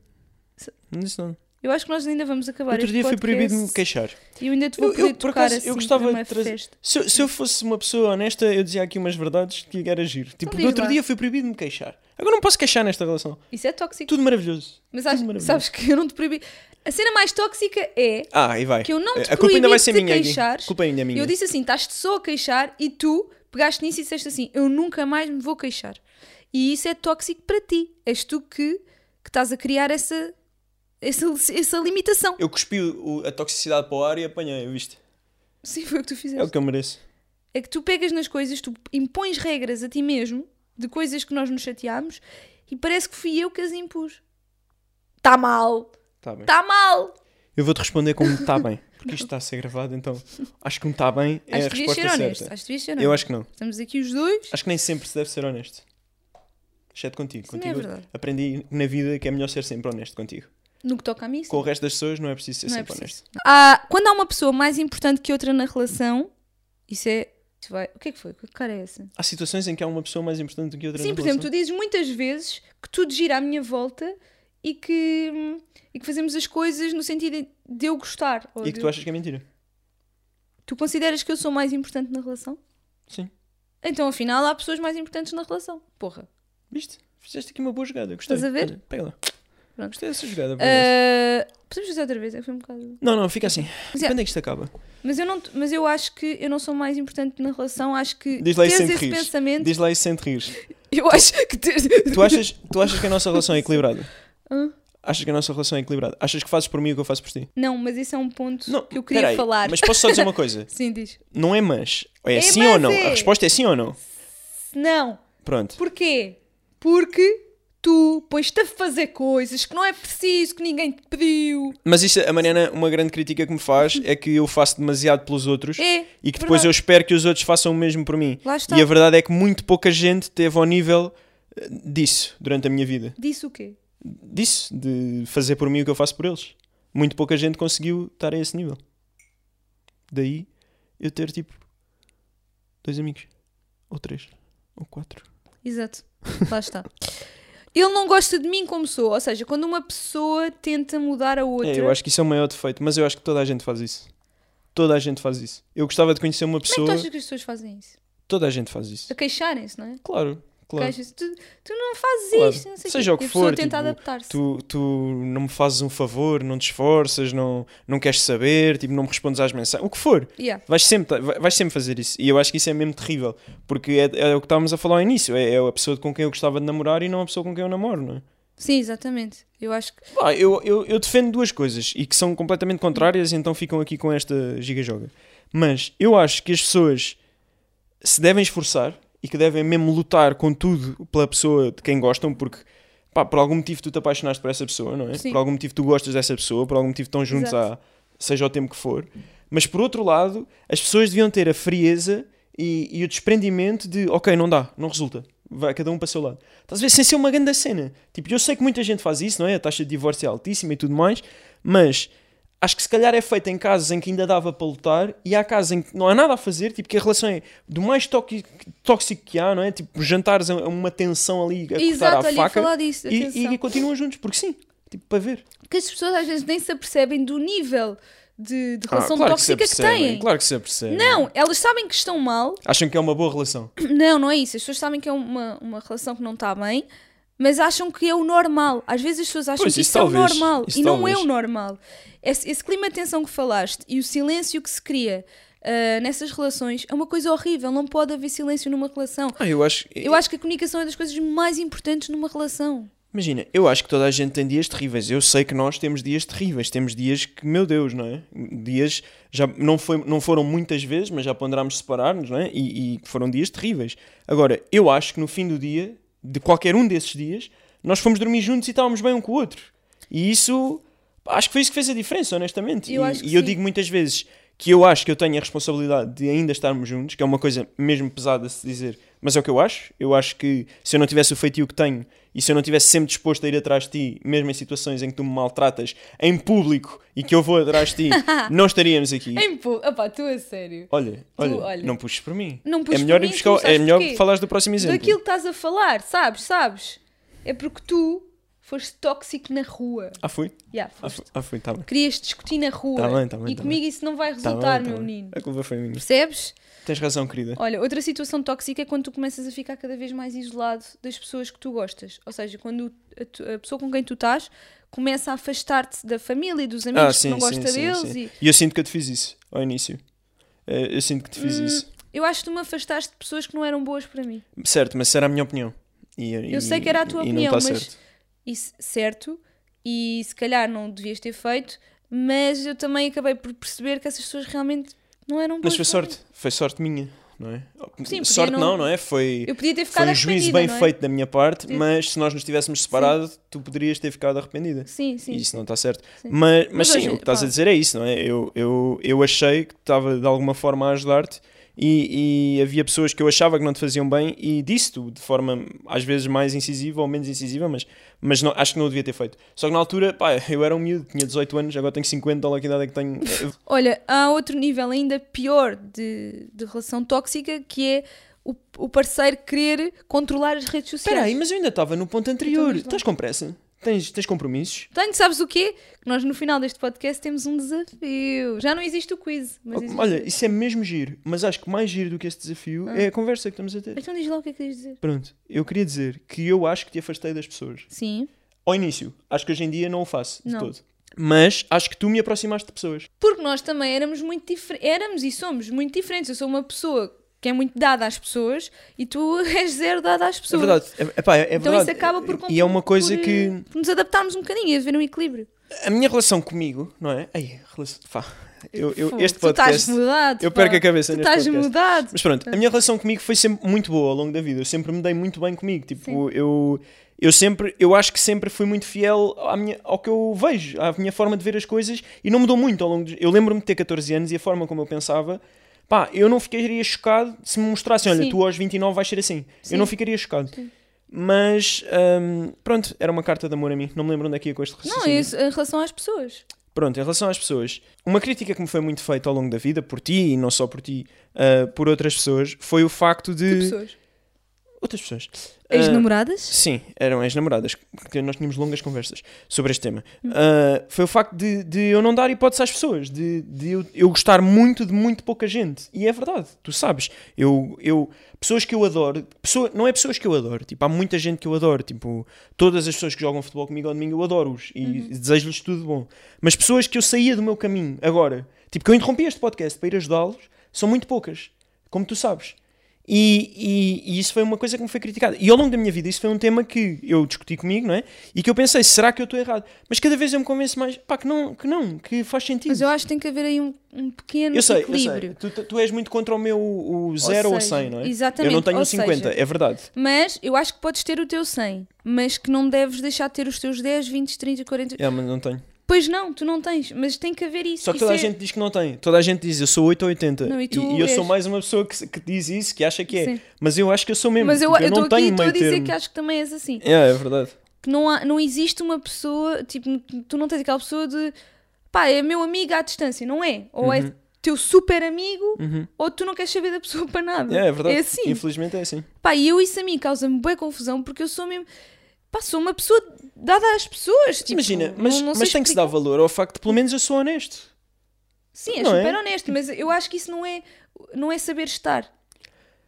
Speaker 1: Não disse nada.
Speaker 2: Eu acho que nós ainda vamos acabar
Speaker 1: Outro
Speaker 2: este
Speaker 1: dia foi proibido me
Speaker 2: podcast.
Speaker 1: queixar.
Speaker 2: E eu ainda te vou
Speaker 1: Eu- eu,
Speaker 2: poder
Speaker 1: por
Speaker 2: tocar
Speaker 1: acaso, eu
Speaker 2: assim
Speaker 1: gostava
Speaker 2: numa
Speaker 1: de trazer-
Speaker 2: festa.
Speaker 1: Se, eu- se eu fosse uma pessoa honesta, eu dizia aqui umas verdades que era giro. Tipo,
Speaker 2: Então diz
Speaker 1: no outro
Speaker 2: lá.
Speaker 1: dia foi proibido me queixar. Agora não posso queixar nesta relação.
Speaker 2: Isso é tóxico.
Speaker 1: Tudo maravilhoso.
Speaker 2: Mas sabes,
Speaker 1: maravilhoso.
Speaker 2: sabes que eu não te proibi. A cena mais tóxica é
Speaker 1: Ah, e vai.
Speaker 2: que eu não te
Speaker 1: a culpa
Speaker 2: proibi
Speaker 1: ainda vai
Speaker 2: de
Speaker 1: ser
Speaker 2: te
Speaker 1: minha. aqui.
Speaker 2: queixares.
Speaker 1: A culpa ainda é minha.
Speaker 2: eu disse assim: estás-te só a queixar e tu pegaste nisso e disseste assim: eu nunca mais me vou queixar. E isso é tóxico para ti. És tu que, que estás a criar essa, essa, essa limitação.
Speaker 1: Eu cuspi o- a toxicidade para o ar e apanhei, viste?
Speaker 2: Sim, foi o que tu fizeste.
Speaker 1: É o que eu mereço.
Speaker 2: é que tu pegas nas coisas, tu impões regras a ti mesmo de coisas que nós nos chateámos e parece que fui eu que as impus. Está mal,
Speaker 1: Tá bem.
Speaker 2: está mal.
Speaker 1: Eu vou-te responder como está bem. Porque isto está a ser gravado, então acho que me está bem é
Speaker 2: acho
Speaker 1: a
Speaker 2: que devias
Speaker 1: resposta
Speaker 2: ser
Speaker 1: certa.
Speaker 2: honesto. Acho que devias ser honesto.
Speaker 1: Eu acho que não.
Speaker 2: Estamos aqui os dois.
Speaker 1: Acho que nem sempre se deve ser honesto. Exceto contigo.
Speaker 2: não é
Speaker 1: contigo
Speaker 2: verdade.
Speaker 1: aprendi na vida que é melhor ser sempre honesto contigo.
Speaker 2: No que toca a mim, sim.
Speaker 1: Com o resto das pessoas não é preciso ser
Speaker 2: não é
Speaker 1: sempre
Speaker 2: preciso.
Speaker 1: honesto.
Speaker 2: Ah, quando há uma pessoa mais importante que outra na relação, isso é. isso vai- O que é que foi? Que cara é essa?
Speaker 1: Há situações em que há uma pessoa mais importante do que outra
Speaker 2: Sim,
Speaker 1: na
Speaker 2: por exemplo,
Speaker 1: relação.
Speaker 2: tu dizes muitas vezes que tudo gira à minha volta e que, e que fazemos as coisas no sentido de eu gostar. ou
Speaker 1: E que
Speaker 2: de
Speaker 1: tu achas que é mentira.
Speaker 2: Tu consideras que eu sou mais importante na relação?
Speaker 1: Sim.
Speaker 2: Então, afinal, há pessoas mais importantes na relação. Porra.
Speaker 1: Viste? Fizeste aqui uma boa jogada. Gostei.
Speaker 2: Estás a ver?
Speaker 1: Olha, Pega lá.
Speaker 2: Pronto.
Speaker 1: Gostei dessa jogada. por acaso.
Speaker 2: Ah, podemos fazer outra vez? É que foi um bocado.
Speaker 1: Não, não, fica assim.
Speaker 2: Mas é-
Speaker 1: Quando é que isto acaba?
Speaker 2: Mas eu, não, mas eu acho que eu não sou mais importante na relação. Acho que
Speaker 1: Diz lá
Speaker 2: teres
Speaker 1: isso sem te
Speaker 2: esse
Speaker 1: rires.
Speaker 2: pensamento.
Speaker 1: Diz lá isso sem te rires.
Speaker 2: Eu acho que teres.
Speaker 1: Tu achas, tu achas que a nossa relação é equilibrada?
Speaker 2: Hã?
Speaker 1: Achas que a nossa relação é equilibrada? Achas que fazes por mim o que eu faço por ti?
Speaker 2: Não, mas isso é um ponto
Speaker 1: Não,
Speaker 2: que eu queria
Speaker 1: peraí,
Speaker 2: falar.
Speaker 1: Mas posso só dizer uma coisa?
Speaker 2: Sim, diz.
Speaker 1: Não é mas. É,
Speaker 2: É
Speaker 1: sim
Speaker 2: mas
Speaker 1: ou não?
Speaker 2: é.
Speaker 1: A resposta é sim ou não?
Speaker 2: Não.
Speaker 1: Pronto.
Speaker 2: Porquê? Porque tu pões-te a fazer coisas que não é preciso, que ninguém te pediu.
Speaker 1: Mas isso, a Mariana, uma grande crítica que me faz é que eu faço demasiado pelos outros
Speaker 2: É.
Speaker 1: e que depois
Speaker 2: verdade.
Speaker 1: eu espero que os outros façam o mesmo por mim.
Speaker 2: Lá está.
Speaker 1: E a verdade é que muito pouca gente teve ao nível eh, disso durante a minha vida.
Speaker 2: Disse o quê?
Speaker 1: Disso, de fazer por mim o que eu faço por eles. Muito pouca gente conseguiu estar a esse nível. Daí eu ter tipo dois amigos, ou três, ou quatro.
Speaker 2: Exato, lá está. Ele não gosta de mim como sou, ou seja, quando uma pessoa tenta mudar a outra.
Speaker 1: É, eu acho que isso é o maior defeito, mas eu acho que toda a gente faz isso. Toda a gente faz isso. Eu gostava de conhecer uma
Speaker 2: Como é
Speaker 1: pessoa.
Speaker 2: que tu achas que as pessoas fazem isso?
Speaker 1: Toda a gente faz isso.
Speaker 2: A queixarem-se, não é?
Speaker 1: Claro, claro.
Speaker 2: Queixam-se. Tu, tu não fazes
Speaker 1: Claro.
Speaker 2: isto, não sei
Speaker 1: Seja o que
Speaker 2: e a pessoa
Speaker 1: for,
Speaker 2: tenta
Speaker 1: tipo,
Speaker 2: adaptar-se.
Speaker 1: Tu, tu não me fazes um favor, não te esforças, não, não queres saber, tipo, não me respondes às mensagens, o que for.
Speaker 2: Yeah.
Speaker 1: Vais sempre, vai- vais sempre fazer isso. E eu acho que isso é mesmo terrível. Porque é, é o que estávamos a falar ao início. É, é a pessoa com quem eu gostava de namorar e não a pessoa com quem eu namoro, não é?
Speaker 2: Sim, exatamente. Eu acho que.
Speaker 1: Pá, eu, eu, eu defendo duas coisas e que são completamente contrárias, então ficam aqui com esta gigajoga. Mas eu acho que as pessoas se devem esforçar e que devem mesmo lutar com tudo pela pessoa de quem gostam, porque pá, por algum motivo tu te apaixonaste por essa pessoa, não é?
Speaker 2: Sim.
Speaker 1: Por algum motivo tu gostas dessa pessoa, por algum motivo estão juntos
Speaker 2: Exato.
Speaker 1: há seja o tempo que for. Mas por outro lado, as pessoas deviam ter a frieza e, e o desprendimento de ok, não dá, não resulta. Vai cada um para o seu lado. Estás a ver? Sem ser uma grande cena. Tipo, eu sei que muita gente faz isso, não é? A taxa de divórcio é altíssima e tudo mais, mas acho que se calhar é feito em casos em que ainda dava para lutar e há casos em que não há nada a fazer, tipo, que a relação é do mais toqui- tóxico que há, não é? Tipo, jantares é uma tensão ali a cortar
Speaker 2: Exato,
Speaker 1: à
Speaker 2: olha, ia
Speaker 1: faca
Speaker 2: falar disso.
Speaker 1: e,
Speaker 2: atenção.
Speaker 1: e continuam juntos, porque sim, tipo, para ver.
Speaker 2: Porque as pessoas às vezes nem se apercebem do nível de, de relação
Speaker 1: Ah, se
Speaker 2: tóxica que,
Speaker 1: apercebem,
Speaker 2: têm.
Speaker 1: Claro que se apercebem.
Speaker 2: Não, elas sabem que estão mal,
Speaker 1: Acham que é uma boa relação.
Speaker 2: Não, não é isso. As pessoas sabem que é uma, uma relação que não está bem, mas acham que é o normal. Às vezes as pessoas acham
Speaker 1: Pois,
Speaker 2: que
Speaker 1: isso
Speaker 2: isso, é o
Speaker 1: talvez,
Speaker 2: normal
Speaker 1: isso
Speaker 2: e não
Speaker 1: talvez.
Speaker 2: é o normal. Esse, esse clima de tensão que falaste e o silêncio que se cria ah, nessas relações é uma coisa horrível. Não pode haver silêncio numa relação.
Speaker 1: Ah, eu acho.
Speaker 2: Eu acho que a comunicação é das coisas mais importantes numa relação.
Speaker 1: Imagina, eu acho que toda a gente tem dias terríveis. Eu sei que nós temos dias terríveis. Temos dias que, meu Deus, não é? Dias. Já não, foi, não foram muitas vezes, mas já ponderámos separar-nos, não é? E, e foram dias terríveis. Agora, eu acho que no fim do dia, de qualquer um desses dias, nós fomos dormir juntos e estávamos bem um com o outro. E isso. pá, Acho que foi isso que fez a diferença, honestamente.
Speaker 2: Eu
Speaker 1: e
Speaker 2: acho que
Speaker 1: e eu
Speaker 2: sim.
Speaker 1: digo muitas vezes que eu acho que eu tenho a responsabilidade de ainda estarmos juntos, que é uma coisa mesmo pesada de se dizer, mas é o que eu acho. Eu acho que se eu não tivesse o feitio que tenho e se eu não tivesse sempre disposto a ir atrás de ti, mesmo em situações em que tu me maltratas em público e que eu vou atrás de ti, não estaríamos aqui.
Speaker 2: Em pô, É opá, tu a sério.
Speaker 1: Olha, olha,
Speaker 2: olha.
Speaker 1: não puxes por mim.
Speaker 2: Não
Speaker 1: é
Speaker 2: puxes por
Speaker 1: melhor
Speaker 2: mim,
Speaker 1: ir
Speaker 2: tu
Speaker 1: buscar, é
Speaker 2: sabes
Speaker 1: melhor
Speaker 2: porquê?
Speaker 1: falares do próximo exemplo.
Speaker 2: Daquilo que estás a falar, sabes, sabes? É porque tu foste tóxico na rua.
Speaker 1: Ah, fui?
Speaker 2: Yeah,
Speaker 1: Ah,
Speaker 2: foste.
Speaker 1: fui, ah, fui, tá bem.
Speaker 2: Querias discutir na rua.
Speaker 1: Tá bem, tá bem,
Speaker 2: e
Speaker 1: tá
Speaker 2: comigo isso não vai
Speaker 1: Tá bem,
Speaker 2: resultar,
Speaker 1: tá
Speaker 2: meu
Speaker 1: bem.
Speaker 2: menino.
Speaker 1: A culpa foi minha.
Speaker 2: Percebes?
Speaker 1: Tens razão, querida.
Speaker 2: Olha, outra situação tóxica é quando tu começas a ficar cada vez mais isolado das pessoas que tu gostas. Ou seja, quando a, tu- a pessoa com quem tu estás começa a afastar-te da família e dos
Speaker 1: Ah,
Speaker 2: amigos que não gosta deles. E
Speaker 1: E eu sinto que eu te fiz isso ao início. Eh,
Speaker 2: Hum.
Speaker 1: Eu sinto que te fiz isso.
Speaker 2: eu acho que tu me afastaste de pessoas que não eram boas para mim.
Speaker 1: Certo, mas isso era a minha opinião. E,
Speaker 2: Eu sei que era a tua
Speaker 1: e
Speaker 2: opinião,
Speaker 1: não está
Speaker 2: mas
Speaker 1: certo.
Speaker 2: isso, certo, e se calhar não devias ter feito, mas eu também acabei por perceber que essas pessoas realmente não eram
Speaker 1: Mas
Speaker 2: boas
Speaker 1: foi sorte, foi sorte minha, não é?
Speaker 2: Sim,
Speaker 1: sorte
Speaker 2: podia
Speaker 1: não,
Speaker 2: não-
Speaker 1: não, é? Foi,
Speaker 2: Eu podia ter ficado
Speaker 1: foi um juízo
Speaker 2: arrependida,
Speaker 1: bem
Speaker 2: não é?
Speaker 1: feito da minha parte,
Speaker 2: Podia-
Speaker 1: mas se nós nos tivéssemos separado, tu poderias ter ficado arrependida.
Speaker 2: Sim, sim.
Speaker 1: E isso não está certo.
Speaker 2: Sim.
Speaker 1: Mas, mas,
Speaker 2: Mas
Speaker 1: sim,
Speaker 2: hoje-
Speaker 1: o que estás
Speaker 2: pá.
Speaker 1: a dizer é isso, não é? Eu, eu, eu achei que estava de alguma forma a ajudar-te e, e havia pessoas que eu achava que não te faziam bem e disse-te de forma às vezes mais incisiva ou menos incisiva, mas, mas não- acho que não o devia ter feito. Só que na altura, pá, eu era um miúdo, tinha 18 anos, agora tenho 50, olha que idade é que tenho.
Speaker 2: Olha, há outro nível ainda pior de, de relação tóxica que é o, o parceiro querer controlar as redes sociais.
Speaker 1: Espera aí, mas eu ainda estava no ponto anterior.
Speaker 2: diz lá.
Speaker 1: Estás com pressa? Tens, tens compromissos?
Speaker 2: Portanto, sabes o quê? Que nós no final deste podcast temos um desafio. Já não existe o quiz, mas existe.
Speaker 1: Olha, isso é mesmo giro, mas acho que mais giro do que esse desafio é a conversa que estamos a ter.
Speaker 2: Então diz lá o que é que querias dizer.
Speaker 1: Pronto, eu queria dizer que eu acho que te afastei das pessoas.
Speaker 2: Sim.
Speaker 1: Ao início, acho que hoje em dia não o faço de
Speaker 2: Não.
Speaker 1: todo. Mas acho que tu me aproximaste de pessoas.
Speaker 2: Porque nós também éramos muito diferentes. Éramos e somos muito diferentes. Eu sou uma pessoa que é muito dada às pessoas e tu és zero dada às
Speaker 1: É
Speaker 2: pessoas.
Speaker 1: verdade. É, epá, é- é
Speaker 2: Então
Speaker 1: verdade.
Speaker 2: isso acaba por
Speaker 1: E é uma coisa
Speaker 2: por,
Speaker 1: que.
Speaker 2: por nos adaptarmos um bocadinho e haver um equilíbrio.
Speaker 1: A minha relação comigo, não é? Ai, relação. Fá. Eu, eu,
Speaker 2: Fogo,
Speaker 1: este
Speaker 2: Tu estás
Speaker 1: podcast.
Speaker 2: mudado.
Speaker 1: eu
Speaker 2: pá.
Speaker 1: perco a cabeça
Speaker 2: Tu
Speaker 1: neste
Speaker 2: estás
Speaker 1: podcast.
Speaker 2: mudado.
Speaker 1: Mas pronto, a
Speaker 2: É.
Speaker 1: minha relação comigo foi sempre muito boa ao longo da vida. Eu sempre me dei muito bem comigo. Tipo, eu, eu sempre, eu acho que sempre fui muito fiel à minha, ao que eu vejo, à minha forma de ver as coisas e não mudou muito ao longo dos. Eu lembro-me de ter 14 anos e a forma como eu pensava. Pá, eu não ficaria chocado se me mostrassem, olha,
Speaker 2: Sim.
Speaker 1: tu aos 29 vais ser assim.
Speaker 2: Sim.
Speaker 1: Eu não ficaria chocado. Mas, hum, pronto, era uma carta de amor a mim. Não me lembro onde é que ia com este
Speaker 2: Não,
Speaker 1: raciocínio.
Speaker 2: isso em relação às pessoas. Tipo
Speaker 1: Pronto, em relação às pessoas, uma crítica que me foi muito feita ao longo da vida, por ti e não só por ti, ah, por outras pessoas, foi o facto de.
Speaker 2: Que pessoas?
Speaker 1: Outras pessoas. Ah,
Speaker 2: Ex-namoradas?
Speaker 1: Eh, Sim, eram ex-namoradas, porque nós tínhamos longas conversas sobre este tema.
Speaker 2: Uhum.
Speaker 1: Ah, foi o facto de, de eu não dar hipótese às pessoas, de, de eu, eu gostar muito de muito pouca gente. E é verdade, tu sabes. Eu, eu, pessoas que eu adoro, pessoa, não é pessoas que eu adoro, tipo, há muita gente que eu adoro, tipo, todas as pessoas que jogam futebol comigo ao domingo eu adoro-os e
Speaker 2: Uhum.
Speaker 1: desejo-lhes tudo de bom. Mas pessoas que eu saía do meu caminho agora, tipo, que eu interrompi este podcast para ir ajudá-los, são muito poucas, como tu sabes. E, e- e isso foi uma coisa que me foi criticada. E ao longo da minha vida, isso foi um tema que eu discuti comigo, não é? E que eu pensei, será que eu estou errado? Mas cada vez eu me convenço mais, pá, que não, que, não, que faz sentido.
Speaker 2: Mas eu acho que tem que haver aí um, um pequeno
Speaker 1: Eu sei, eu sei.
Speaker 2: equilíbrio.
Speaker 1: Tu, tu- tu és muito contra o meu o 0 ou
Speaker 2: seja,
Speaker 1: 100, não é?
Speaker 2: exatamente,
Speaker 1: Eu não tenho
Speaker 2: ou
Speaker 1: o 50, é verdade.
Speaker 2: Mas eu acho que podes ter o teu 100, mas que não deves deixar de ter os teus 10, 20, 30, 40.
Speaker 1: É, mas não tenho.
Speaker 2: Pois não, tu não tens, mas tem que haver isso.
Speaker 1: Só que
Speaker 2: Isso
Speaker 1: toda a
Speaker 2: é-
Speaker 1: gente diz que não tem. Toda a gente diz, eu sou 8 ou 80.
Speaker 2: Não, e tu
Speaker 1: eu
Speaker 2: és.
Speaker 1: sou mais uma pessoa que, que diz isso, que acha que é.
Speaker 2: Sim.
Speaker 1: Mas eu acho que eu sou mesmo.
Speaker 2: Mas eu
Speaker 1: tipo,
Speaker 2: estou
Speaker 1: não
Speaker 2: aqui e
Speaker 1: tenho
Speaker 2: estou a
Speaker 1: meio
Speaker 2: dizer
Speaker 1: termo.
Speaker 2: que acho que também és assim.
Speaker 1: É, é verdade.
Speaker 2: Que não, há, não existe uma pessoa, tipo, tu não tens aquela pessoa de pá, é meu amigo à distância, não é? Ou
Speaker 1: Uhum.
Speaker 2: é teu super amigo, ou tu não queres saber da pessoa para nada.
Speaker 1: É, é verdade.
Speaker 2: É assim.
Speaker 1: Infelizmente é assim.
Speaker 2: Pá, e eu isso a mim causa-me boa confusão porque eu sou mesmo. Pá, sou uma pessoa dada às pessoas. tipo,
Speaker 1: Imagina,
Speaker 2: não-
Speaker 1: mas,
Speaker 2: não sei
Speaker 1: mas tem que se
Speaker 2: explicar.
Speaker 1: dar valor ao facto de pelo menos eu sou honesto.
Speaker 2: Sim, é
Speaker 1: Não é?
Speaker 2: super honesto, mas eu acho que isso não é, não é saber estar.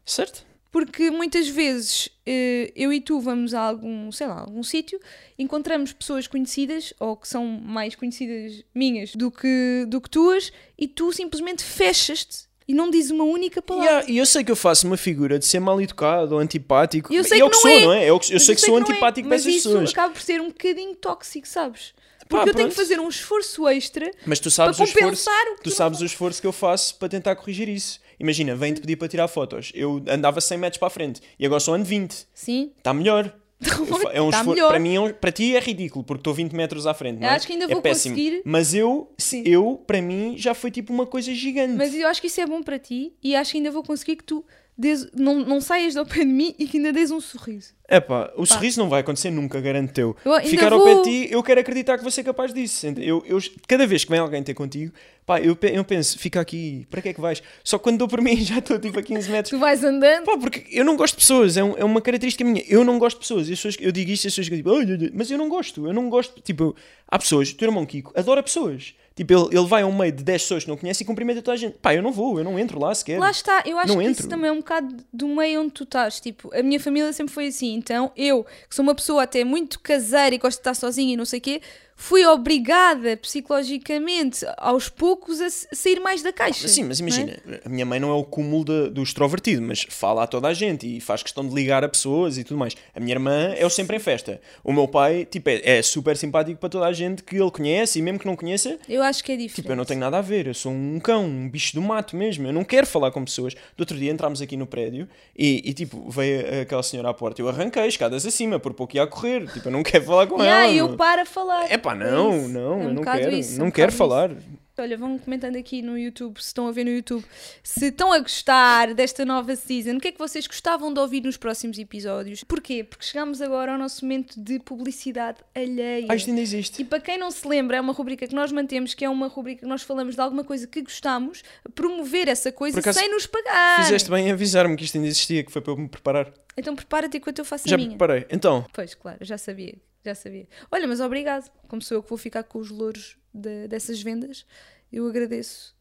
Speaker 1: Certo?
Speaker 2: Porque muitas vezes eh, eu e tu vamos a algum, sei lá, algum sítio, encontramos pessoas conhecidas ou que são mais conhecidas minhas do que, do que tuas e tu simplesmente fechas-te e não dizes uma única
Speaker 1: E
Speaker 2: palavra.
Speaker 1: há- e eu sei que eu faço uma figura de ser mal educado ou antipático.
Speaker 2: E eu sei
Speaker 1: e é o
Speaker 2: que
Speaker 1: que
Speaker 2: não
Speaker 1: sou,
Speaker 2: é.
Speaker 1: não é? Eu, eu sei,
Speaker 2: Mas eu
Speaker 1: que sou
Speaker 2: não é,
Speaker 1: antipático para
Speaker 2: mas
Speaker 1: essas
Speaker 2: isso
Speaker 1: pessoas.
Speaker 2: acaba por ser um bocadinho tóxico, sabes? Porque
Speaker 1: Pá,
Speaker 2: eu tenho
Speaker 1: pronto.
Speaker 2: que fazer um esforço extra
Speaker 1: Mas tu sabes
Speaker 2: para
Speaker 1: o esforço.
Speaker 2: compensar o que
Speaker 1: Tu
Speaker 2: não
Speaker 1: sabes o esforço que eu faço para tentar corrigir isso. Imagina, vem-te pedir para tirar fotos. Eu andava 100 metros para a frente e agora só ando 20.
Speaker 2: Sim.
Speaker 1: Está Tá melhor. Eu fa- É um
Speaker 2: Tá
Speaker 1: esforço-
Speaker 2: melhor.
Speaker 1: Para, mim é um- para ti é ridículo, porque estou 20 metros à frente. Não é?
Speaker 2: Acho que ainda
Speaker 1: É
Speaker 2: vou
Speaker 1: péssimo.
Speaker 2: conseguir.
Speaker 1: Mas eu,
Speaker 2: Sim.
Speaker 1: eu, para mim, já foi tipo uma coisa gigante.
Speaker 2: Mas eu acho que isso é bom para ti e acho que ainda vou conseguir que tu des- não, não saias do pé de mim e que ainda des um sorriso.
Speaker 1: Epá, o sorriso não vai acontecer nunca, garanto teu.
Speaker 2: Eu ainda
Speaker 1: Ficar ao pé
Speaker 2: vou-
Speaker 1: de ti, eu quero acreditar que vou ser capaz disso. ent- Eu, eu- cada vez que vem alguém ter contigo, pá, eu, pe- eu penso, fica aqui, para que é que vais? Só que quando dou por mim já estou tipo a 15 metros.
Speaker 2: Tu vais andando.
Speaker 1: Pá, porque eu não gosto de pessoas, é, um- é uma característica minha. Eu não gosto de pessoas. E as pessoas eu digo isto, e as pessoas que tipo, "Ai, ai, ai", mas eu não gosto, eu não gosto. Tipo, eu- há pessoas, o teu irmão Kiko adora pessoas. Tipo, ele, ele vai a um meio de 10 pessoas que não conhece e cumprimenta toda a gente. Pá, eu não vou, eu não entro lá sequer.
Speaker 2: Lá está, eu acho
Speaker 1: Não
Speaker 2: que
Speaker 1: entro.
Speaker 2: isso também é um bocado do meio onde tu estás. Tipo, a minha família sempre foi assim, então eu, que sou uma pessoa até muito caseira e gosto de estar sozinha e não sei o quê, fui obrigada psicologicamente, aos poucos, a s- sair mais da caixa.
Speaker 1: Sim, mas
Speaker 2: não é?
Speaker 1: imagina, a minha mãe não é o cúmulo da- do extrovertido, mas fala a toda a gente e faz questão de ligar a pessoas e tudo mais. A minha irmã é o sempre em festa. O meu pai, tipo, é, é super simpático para toda a gente que ele conhece e mesmo que não conheça,
Speaker 2: Eu acho que é diferente.
Speaker 1: tipo, eu não tenho nada a ver. Eu sou um cão, um bicho do mato mesmo. Eu não quero falar com pessoas. Do outro dia entramos aqui no prédio e, e, tipo, veio aquela senhora à porta. Eu arranquei escadas acima, por pouco ia a correr. Tipo, eu não quero falar com
Speaker 2: Yeah,
Speaker 1: ela.
Speaker 2: eu
Speaker 1: não-
Speaker 2: paro a falar.
Speaker 1: É pá,
Speaker 2: É
Speaker 1: não,
Speaker 2: isso.
Speaker 1: não,
Speaker 2: É um
Speaker 1: eu não
Speaker 2: bocado
Speaker 1: quero,
Speaker 2: isso, é um
Speaker 1: não quero
Speaker 2: bocado
Speaker 1: falar.
Speaker 2: Olha, vão comentando aqui no YouTube, se estão a ver no YouTube, se estão a gostar desta nova season, o que é que vocês gostavam de ouvir nos próximos episódios? Porquê? Porque chegámos agora ao nosso momento de publicidade alheia.
Speaker 1: Ah, isto ainda existe.
Speaker 2: E para quem não se lembra, é uma rubrica que nós mantemos, que é uma rubrica que nós falamos de alguma coisa que gostamos, promover essa coisa
Speaker 1: Por acaso,
Speaker 2: sem nos pagar.
Speaker 1: Fizeste bem em avisar-me que isto ainda existia, que foi para eu me preparar.
Speaker 2: Então prepara-te enquanto eu faço
Speaker 1: Já
Speaker 2: a
Speaker 1: me
Speaker 2: minha.
Speaker 1: preparei. Então,
Speaker 2: Pois, claro, já sabia, já sabia. Olha, mas obrigado. Como sou eu que vou ficar com os louros de- dessas vendas, eu agradeço.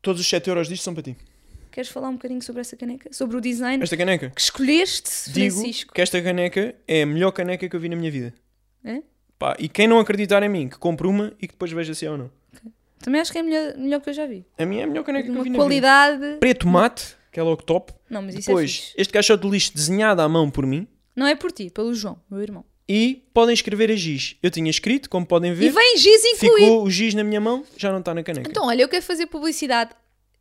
Speaker 1: todos os 7 euros disto são para ti.
Speaker 2: Queres falar um bocadinho sobre essa caneca? Sobre o design
Speaker 1: Esta caneca.
Speaker 2: que escolheste,
Speaker 1: Digo
Speaker 2: Francisco?
Speaker 1: que esta caneca é a melhor caneca que eu vi na minha vida.
Speaker 2: É?
Speaker 1: Pá, e quem não acreditar em mim, que compre uma e que depois veja se é ou não.
Speaker 2: Também acho que é a melhor, melhor que eu já vi.
Speaker 1: A minha é a melhor caneca
Speaker 2: De
Speaker 1: que eu
Speaker 2: uma
Speaker 1: vi na vida.
Speaker 2: qualidade.
Speaker 1: Preto mate, que é logo top.
Speaker 2: Não, mas isso é
Speaker 1: Depois,
Speaker 2: fixe.
Speaker 1: este caixote de lixo desenhado à mão por mim.
Speaker 2: Não é por ti, pelo João, meu irmão.
Speaker 1: E podem escrever a giz. Eu tinha escrito, como podem
Speaker 2: E
Speaker 1: ver.
Speaker 2: vem giz incluído.
Speaker 1: Ficou o giz na minha mão, já não está na caneca.
Speaker 2: Então, olha, eu quero fazer publicidade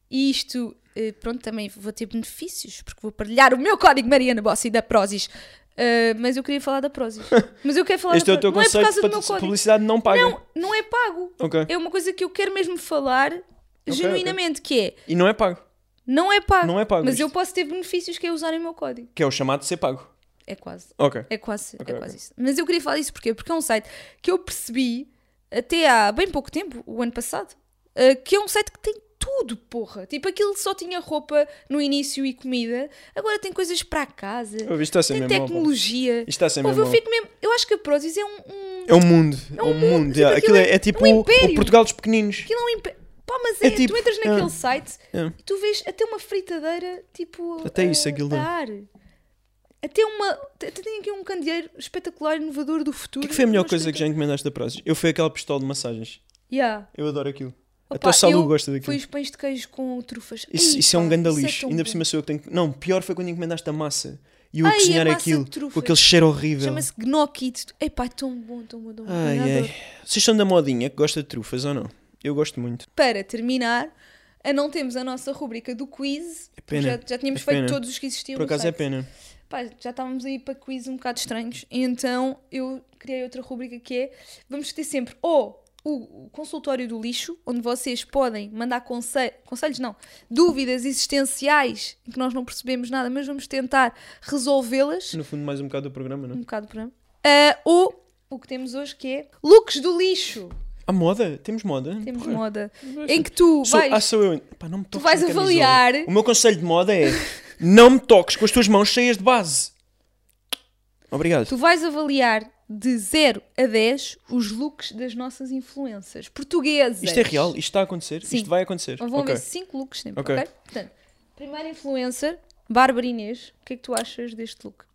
Speaker 2: e isto, eh, pronto, também vou ter benefícios, porque vou partilhar o meu código Mariana Bossi da Prozis. Eh, mas eu queria falar da Prozis. Mas eu quero falar
Speaker 1: este é
Speaker 2: da
Speaker 1: o teu
Speaker 2: Prozis. não é por
Speaker 1: conceito
Speaker 2: causa do meu
Speaker 1: para
Speaker 2: código.
Speaker 1: publicidade não paga.
Speaker 2: Não, não é pago.
Speaker 1: Ok.
Speaker 2: É uma coisa que eu quero mesmo falar genuinamente, que é,
Speaker 1: E não é pago.
Speaker 2: não é pago.
Speaker 1: Não é pago
Speaker 2: Mas
Speaker 1: isto.
Speaker 2: eu posso ter benefícios que é usarem o meu código.
Speaker 1: Que é o chamado de ser pago.
Speaker 2: É quase.
Speaker 1: Ok.
Speaker 2: É quase,
Speaker 1: Ok,
Speaker 2: é
Speaker 1: ok.
Speaker 2: quase isso. Mas eu queria falar disso porquê? porque é um site que eu percebi até há bem pouco tempo, o ano passado, eh, que é um site que tem tudo, porra. Tipo, aquilo só tinha roupa no início e comida, agora tem coisas para a casa,
Speaker 1: Ouve, Isto está a ser
Speaker 2: tem
Speaker 1: mesmo. mau, pá.
Speaker 2: tecnologia.
Speaker 1: Isto está a ser
Speaker 2: Ouve,
Speaker 1: mesmo.
Speaker 2: eu
Speaker 1: mau.
Speaker 2: fico mesmo. Eu acho que a Prozis é um. um-
Speaker 1: É um mundo. É um mundo. é, aquilo é, é tipo
Speaker 2: um
Speaker 1: o- o
Speaker 2: império.
Speaker 1: Portugal dos pequeninos.
Speaker 2: Aquilo é um. impe- Pá, mas é,
Speaker 1: É tipo,
Speaker 2: tu entras
Speaker 1: é.
Speaker 2: naquele site
Speaker 1: É.
Speaker 2: e tu vês até uma fritadeira, tipo.
Speaker 1: Até isso,
Speaker 2: a-
Speaker 1: aquilo dá.
Speaker 2: a ar. Até uma. Até tem aqui um candeeiro espetacular, inovador do futuro.
Speaker 1: O que, é que foi a melhor
Speaker 2: Mostra
Speaker 1: coisa que já encomendaste da Prozis? Eu fui aquela pistola de massagens.
Speaker 2: Yeah.
Speaker 1: Eu adoro aquilo.
Speaker 2: Opa,
Speaker 1: Até o Salu
Speaker 2: eu
Speaker 1: gosta daquilo.
Speaker 2: Foi os pães de queijo com trufas.
Speaker 1: Isso,
Speaker 2: Ei,
Speaker 1: isso é um
Speaker 2: pá,
Speaker 1: ganda
Speaker 2: isso é
Speaker 1: lixo.
Speaker 2: tão
Speaker 1: Ainda por
Speaker 2: bom.
Speaker 1: cima sou eu que tenho que. Não, pior foi quando encomendaste a massa e eu
Speaker 2: Ai,
Speaker 1: a
Speaker 2: a
Speaker 1: cozinhar
Speaker 2: massa de
Speaker 1: aquilo com
Speaker 2: trufas.
Speaker 1: aquele cheiro horrível.
Speaker 2: Chama-se gnocchi. de- Epá, é tão bom, tão bom, tão bom.
Speaker 1: é Ai,
Speaker 2: Adoro.
Speaker 1: ai. Vocês são da modinha que gosta de trufas ou não? Eu gosto muito.
Speaker 2: Para terminar, a não temos a nossa rubrica do quiz.
Speaker 1: É pena.
Speaker 2: Já, já tínhamos
Speaker 1: É
Speaker 2: feito
Speaker 1: pena.
Speaker 2: todos os que existiam.
Speaker 1: Por
Speaker 2: no
Speaker 1: acaso é
Speaker 2: site.
Speaker 1: pena.
Speaker 2: Pá, já estávamos aí para quiz um bocado estranhos. Então eu criei outra rubrica que é: vamos ter sempre ou o o consultório do lixo, onde vocês podem mandar conselhos, conselhos não, dúvidas existenciais em que nós não percebemos nada, mas vamos tentar resolvê-las.
Speaker 1: No fundo, mais um bocado do programa,
Speaker 2: um
Speaker 1: não?
Speaker 2: bocado para Ah, ou o que temos hoje que é looks do lixo
Speaker 1: A moda? Temos moda?
Speaker 2: temos
Speaker 1: Porra.
Speaker 2: moda em que tu
Speaker 1: Sou- ah,
Speaker 2: vais
Speaker 1: sou eu. Pá, não me toques
Speaker 2: vais
Speaker 1: na camisola.
Speaker 2: avaliar.
Speaker 1: O meu conselho de moda é não me toques com as tuas mãos cheias de base. Obrigado.
Speaker 2: tu vais avaliar de 0 a 10 os looks das nossas influências portuguesas
Speaker 1: Isto é real? Isto está a acontecer?
Speaker 2: Sim.
Speaker 1: Isto vai acontecer?
Speaker 2: vão
Speaker 1: Ok.
Speaker 2: ver 5 looks sempre
Speaker 1: Ok.
Speaker 2: ok portanto primeira influencer Bárbara Inês o que é que tu achas deste look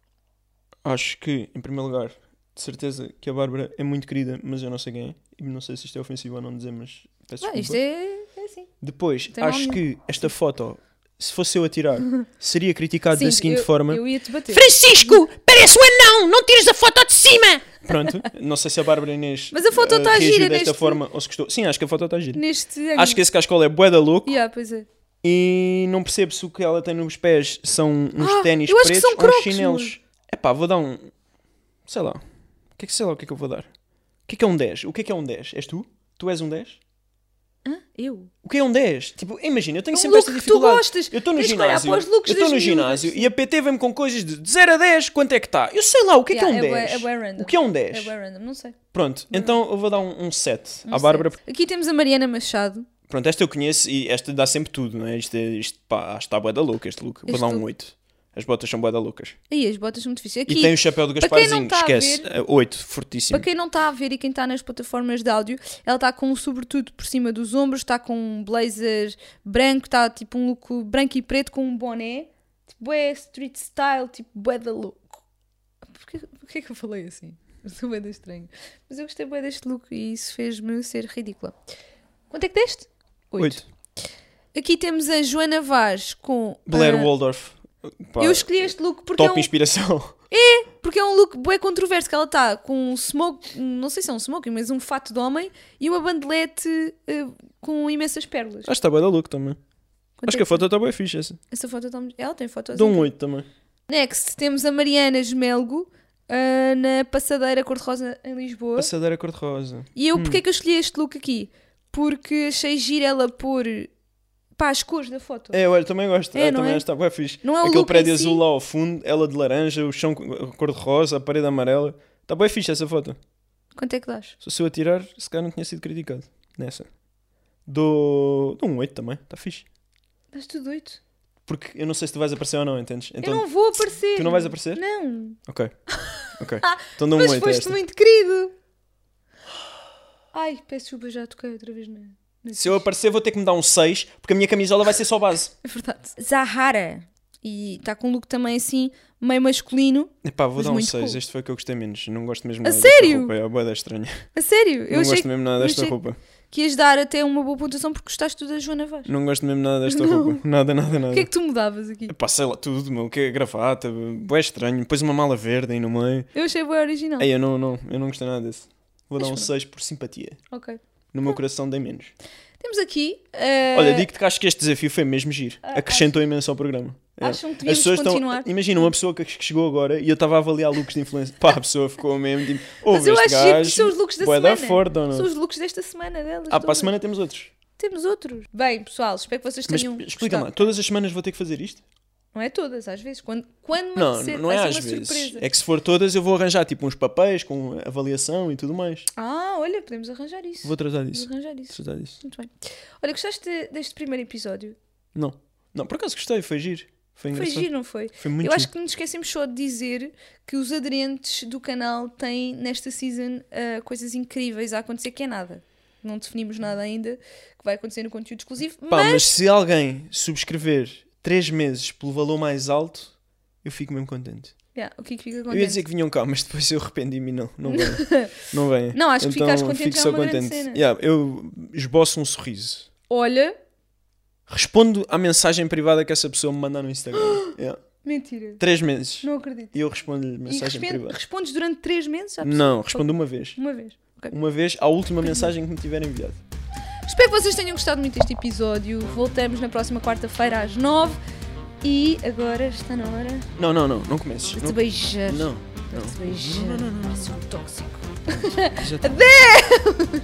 Speaker 1: Acho que, em primeiro lugar, de certeza que a Bárbara é muito querida, mas eu não sei quem é. E não sei se isto é ofensivo ou não dizer, mas peço
Speaker 2: ah,
Speaker 1: desculpa.
Speaker 2: isto é, é assim
Speaker 1: Depois,
Speaker 2: Tem mal
Speaker 1: acho
Speaker 2: nenhum.
Speaker 1: que esta foto, se fosse eu a tirar, seria criticado
Speaker 2: Sim,
Speaker 1: Ah, da seguinte
Speaker 2: eu,
Speaker 1: forma.
Speaker 2: eu ia te bater
Speaker 3: Francisco, parece um anão! Não tires a foto de cima!
Speaker 1: Pronto, não sei se a Bárbara Inês
Speaker 2: Mas a foto
Speaker 1: eh,
Speaker 2: está
Speaker 1: reagiu
Speaker 2: gira
Speaker 1: desta
Speaker 2: neste-
Speaker 1: forma ou se gostou. Sim, acho que a foto está gira.
Speaker 2: neste
Speaker 1: Acho que esse cascola é bué da louco.
Speaker 2: yeah, pois é.
Speaker 1: E não percebo se o que ela tem nos pés são uns
Speaker 2: Ah,
Speaker 1: ténis
Speaker 2: eu acho que
Speaker 1: pretos
Speaker 2: são
Speaker 1: ou uns
Speaker 2: crocs,
Speaker 1: chinelos. É pá, vou dar um. Sei lá. O que é que sei lá o que é que eu vou dar? O que é que é um 10? O que é que é um 10? És tu? Tu és um 10?
Speaker 2: Hã? eu
Speaker 1: O que é um 10? Tipo, imagina, eu tenho
Speaker 2: Um
Speaker 1: sempre esta
Speaker 2: look que tu
Speaker 1: dificuldade.
Speaker 2: gostas.
Speaker 1: Eu estou no
Speaker 2: Tens que olhar
Speaker 1: ginásio.
Speaker 2: para os looks
Speaker 1: Eu
Speaker 2: das
Speaker 1: estou no
Speaker 2: miúdas.
Speaker 1: ginásio e a PT vem-me com coisas de de 0 a 10, quanto é que está? Eu sei lá, o que é
Speaker 2: Yeah,
Speaker 1: que é um
Speaker 2: bué-
Speaker 1: 10?
Speaker 2: é bué random.
Speaker 1: o que é um
Speaker 2: é
Speaker 1: 10?
Speaker 2: bué random não sei
Speaker 1: Pronto, então eu vou dar um, um 7
Speaker 2: Não
Speaker 1: à
Speaker 2: sei.
Speaker 1: Bárbara.
Speaker 2: aqui temos a Mariana Machado
Speaker 1: Pronto, esta eu conheço e esta dá sempre tudo, não é? Isto, é- isto pá, está bué da louca este look. Vou
Speaker 2: Este
Speaker 1: dar um
Speaker 2: look.
Speaker 1: 8. As botas são bué da loucas.
Speaker 2: aí as botas são muito fixe aqui
Speaker 1: E tem o chapéu do
Speaker 2: para quem não
Speaker 1: Gasparzinho,
Speaker 2: está a
Speaker 1: esquece.
Speaker 2: ver-
Speaker 1: Eh, Oito, fortíssimo.
Speaker 2: Para quem não está a ver e quem está nas plataformas de áudio, ela está com um sobretudo por cima dos ombros, está com um blazer branco, está tipo um look branco e preto com um boné, tipo é street style, tipo bué da louco. Porquê, porquê que eu falei assim? Sou bem estranho. Mas eu gostei bem deste look e isso fez-me ser ridícula. Quanto é que deste?
Speaker 1: Oito.
Speaker 2: Aqui temos a Joana Vaz com.
Speaker 1: Blair
Speaker 2: ah,
Speaker 1: Waldorf. Pá,
Speaker 2: Eu escolhi este look porque
Speaker 1: top
Speaker 2: é um,
Speaker 1: inspiração.
Speaker 2: porque é um look bem controverso, que ela está com um smoke, não sei se é um smoking, mas um fato de homem e uma bandelete eh, com imensas pérolas.
Speaker 1: Acho que está bem da look também.
Speaker 2: Quanto
Speaker 1: Acho
Speaker 2: é
Speaker 1: que a foto está bem fixe essa.
Speaker 2: Essa foto está... Ela tem foto
Speaker 1: Dou um oito também.
Speaker 2: Next, temos a Mariana Gemelgo ah, na passadeira cor-de-rosa em Lisboa.
Speaker 1: Passadeira cor-de-rosa.
Speaker 2: E eu, porque é que eu escolhi este look aqui? Porque achei gira ela por... Pá, as cores da foto.
Speaker 1: É, olha, também gosto.
Speaker 2: É,
Speaker 1: É,
Speaker 2: não
Speaker 1: também
Speaker 2: é?
Speaker 1: está bem fixe.
Speaker 2: Não é o
Speaker 1: Aquele
Speaker 2: look em
Speaker 1: prédio
Speaker 2: si.
Speaker 1: azul lá ao fundo, ela de laranja, o chão co- cor-de-rosa, a parede amarela. Está bem fixe essa foto.
Speaker 2: Quanto é que dás?
Speaker 1: Só se eu atirar, se calhar não tinha sido criticado. Nessa. Dou, dou um 8 também, está fixe.
Speaker 2: Dás tudo oito?
Speaker 1: Porque eu não sei se tu vais aparecer ou não, entendes? Então,
Speaker 2: eu não vou aparecer.
Speaker 1: tu não vais aparecer?
Speaker 2: Não.
Speaker 1: Ok. Ok. Então dou um
Speaker 2: Mas
Speaker 1: 8 a
Speaker 2: foste
Speaker 1: esta.
Speaker 2: muito querido. Ai, peço desculpa, já toquei outra vez na... na
Speaker 1: Se eu aparecer, vou ter que me dar um 6, porque a minha camisola vai ser só base.
Speaker 2: É verdade. Zahara. E está com um look também assim, meio masculino.
Speaker 1: Epá, vou
Speaker 2: Mas
Speaker 1: dar um
Speaker 2: muito
Speaker 1: 6.
Speaker 2: cool.
Speaker 1: Este foi o que eu gostei menos. Não gosto mesmo
Speaker 2: A
Speaker 1: nada desta
Speaker 2: sério?
Speaker 1: roupa. É a boeda estranha.
Speaker 2: A sério, eu
Speaker 1: não
Speaker 2: achei
Speaker 1: gosto mesmo nada
Speaker 2: eu
Speaker 1: desta
Speaker 2: achei
Speaker 1: roupa.
Speaker 2: que ias dar até uma boa pontuação porque gostaste tudo da Joana Vaz.
Speaker 1: Não gosto mesmo nada desta
Speaker 2: Não.
Speaker 1: roupa. Nada, nada,
Speaker 2: O
Speaker 1: nada.
Speaker 2: que é que tu mudavas aqui?
Speaker 1: Epá, sei lá, tudo, meu. O que é gravata? Boé estranho. Depois uma mala verde aí no meio.
Speaker 2: Eu achei bem original.
Speaker 1: Ei, eu não, não, eu não gostei nada desse. Vou dar um
Speaker 2: Mas
Speaker 1: 6 por simpatia.
Speaker 2: Ok.
Speaker 1: No meu coração dei menos.
Speaker 2: Temos aqui. eh,
Speaker 1: Olha, digo-te que acho que este desafio foi mesmo giro. Acrescentou imenso ao programa. É.
Speaker 2: Acham Ah, que devíamos
Speaker 1: estão-
Speaker 2: continuar?
Speaker 1: Imagina uma pessoa que que chegou agora e eu estava a avaliar looks de influência. Pá, a pessoa ficou mesmo tipo.
Speaker 2: Mas
Speaker 1: Ouve
Speaker 2: eu
Speaker 1: este
Speaker 2: acho giro
Speaker 1: gajo.
Speaker 2: que são os looks da
Speaker 1: bué
Speaker 2: semana.
Speaker 1: da Ford, ou não?
Speaker 2: São os looks desta semana delas.
Speaker 1: Ah, para a
Speaker 2: todas.
Speaker 1: semana temos outros.
Speaker 2: Temos outros. Bem, pessoal, espero que vocês
Speaker 1: Mas
Speaker 2: tenham.
Speaker 1: explica-me, lá,
Speaker 2: gostado.
Speaker 1: todas as semanas vou ter que fazer isto?
Speaker 2: Não é todas, às vezes. Quando, quando me
Speaker 1: Não,
Speaker 2: apetecer,
Speaker 1: não é
Speaker 2: vai
Speaker 1: às
Speaker 2: ser uma
Speaker 1: vezes.
Speaker 2: surpresa.
Speaker 1: É que se for todas eu vou arranjar tipo uns papéis com avaliação e tudo mais.
Speaker 2: Ah, olha, podemos arranjar isso.
Speaker 1: Vou tratar disso.
Speaker 2: Podemos arranjar isso.
Speaker 1: Tratar disso.
Speaker 2: Muito bem. Olha, gostaste de- deste primeiro episódio?
Speaker 1: Não. Não, por acaso gostei, foi giro.
Speaker 2: Foi
Speaker 1: Foi engraçado.
Speaker 2: giro, não foi?
Speaker 1: Foi muito
Speaker 2: Eu acho
Speaker 1: giro.
Speaker 2: que nos esquecemos só de dizer que os aderentes do canal têm nesta season ah, coisas incríveis a acontecer que é nada. Não definimos nada ainda que vai acontecer no conteúdo exclusivo,
Speaker 1: Pá,
Speaker 2: mas
Speaker 1: mas... se alguém subscrever 3 meses pelo valor mais alto, eu fico mesmo contente.
Speaker 2: Yeah, o que é que fica
Speaker 1: Eu ia
Speaker 2: contente?
Speaker 1: dizer que vinham cá, mas depois eu arrependi-me e não, não venham. não venham.
Speaker 2: Não, acho que
Speaker 1: então,
Speaker 2: ficaste contente
Speaker 1: fico
Speaker 2: já é
Speaker 1: só
Speaker 2: uma grande
Speaker 1: contente.
Speaker 2: cena.
Speaker 1: Yeah, eu esboço um sorriso.
Speaker 2: Olha,
Speaker 1: Respondo à mensagem privada que essa pessoa me manda no Instagram. yeah.
Speaker 2: mentira,
Speaker 1: Três meses.
Speaker 2: não acredito.
Speaker 1: E eu respondo-lhe
Speaker 2: E
Speaker 1: mensagem
Speaker 2: respen-
Speaker 1: privada.
Speaker 2: respondes durante três meses? à pessoa?
Speaker 1: Não, respondo uma vez.
Speaker 2: Uma vez. Ok.
Speaker 1: Uma vez à última mensagem que me tiver enviado.
Speaker 2: Espero que vocês tenham gostado muito deste episódio. Voltamos na próxima quarta-feira às nove. E agora está na hora
Speaker 1: Não, não, não, não comeces.
Speaker 2: de
Speaker 1: Não,
Speaker 2: te beijar.
Speaker 1: não.
Speaker 2: De te beijar. Não, não, não, um tóxico.
Speaker 1: já tá.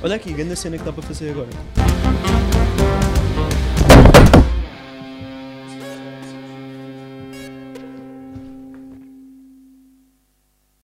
Speaker 1: Olha aqui, grande cena que dá para fazer agora.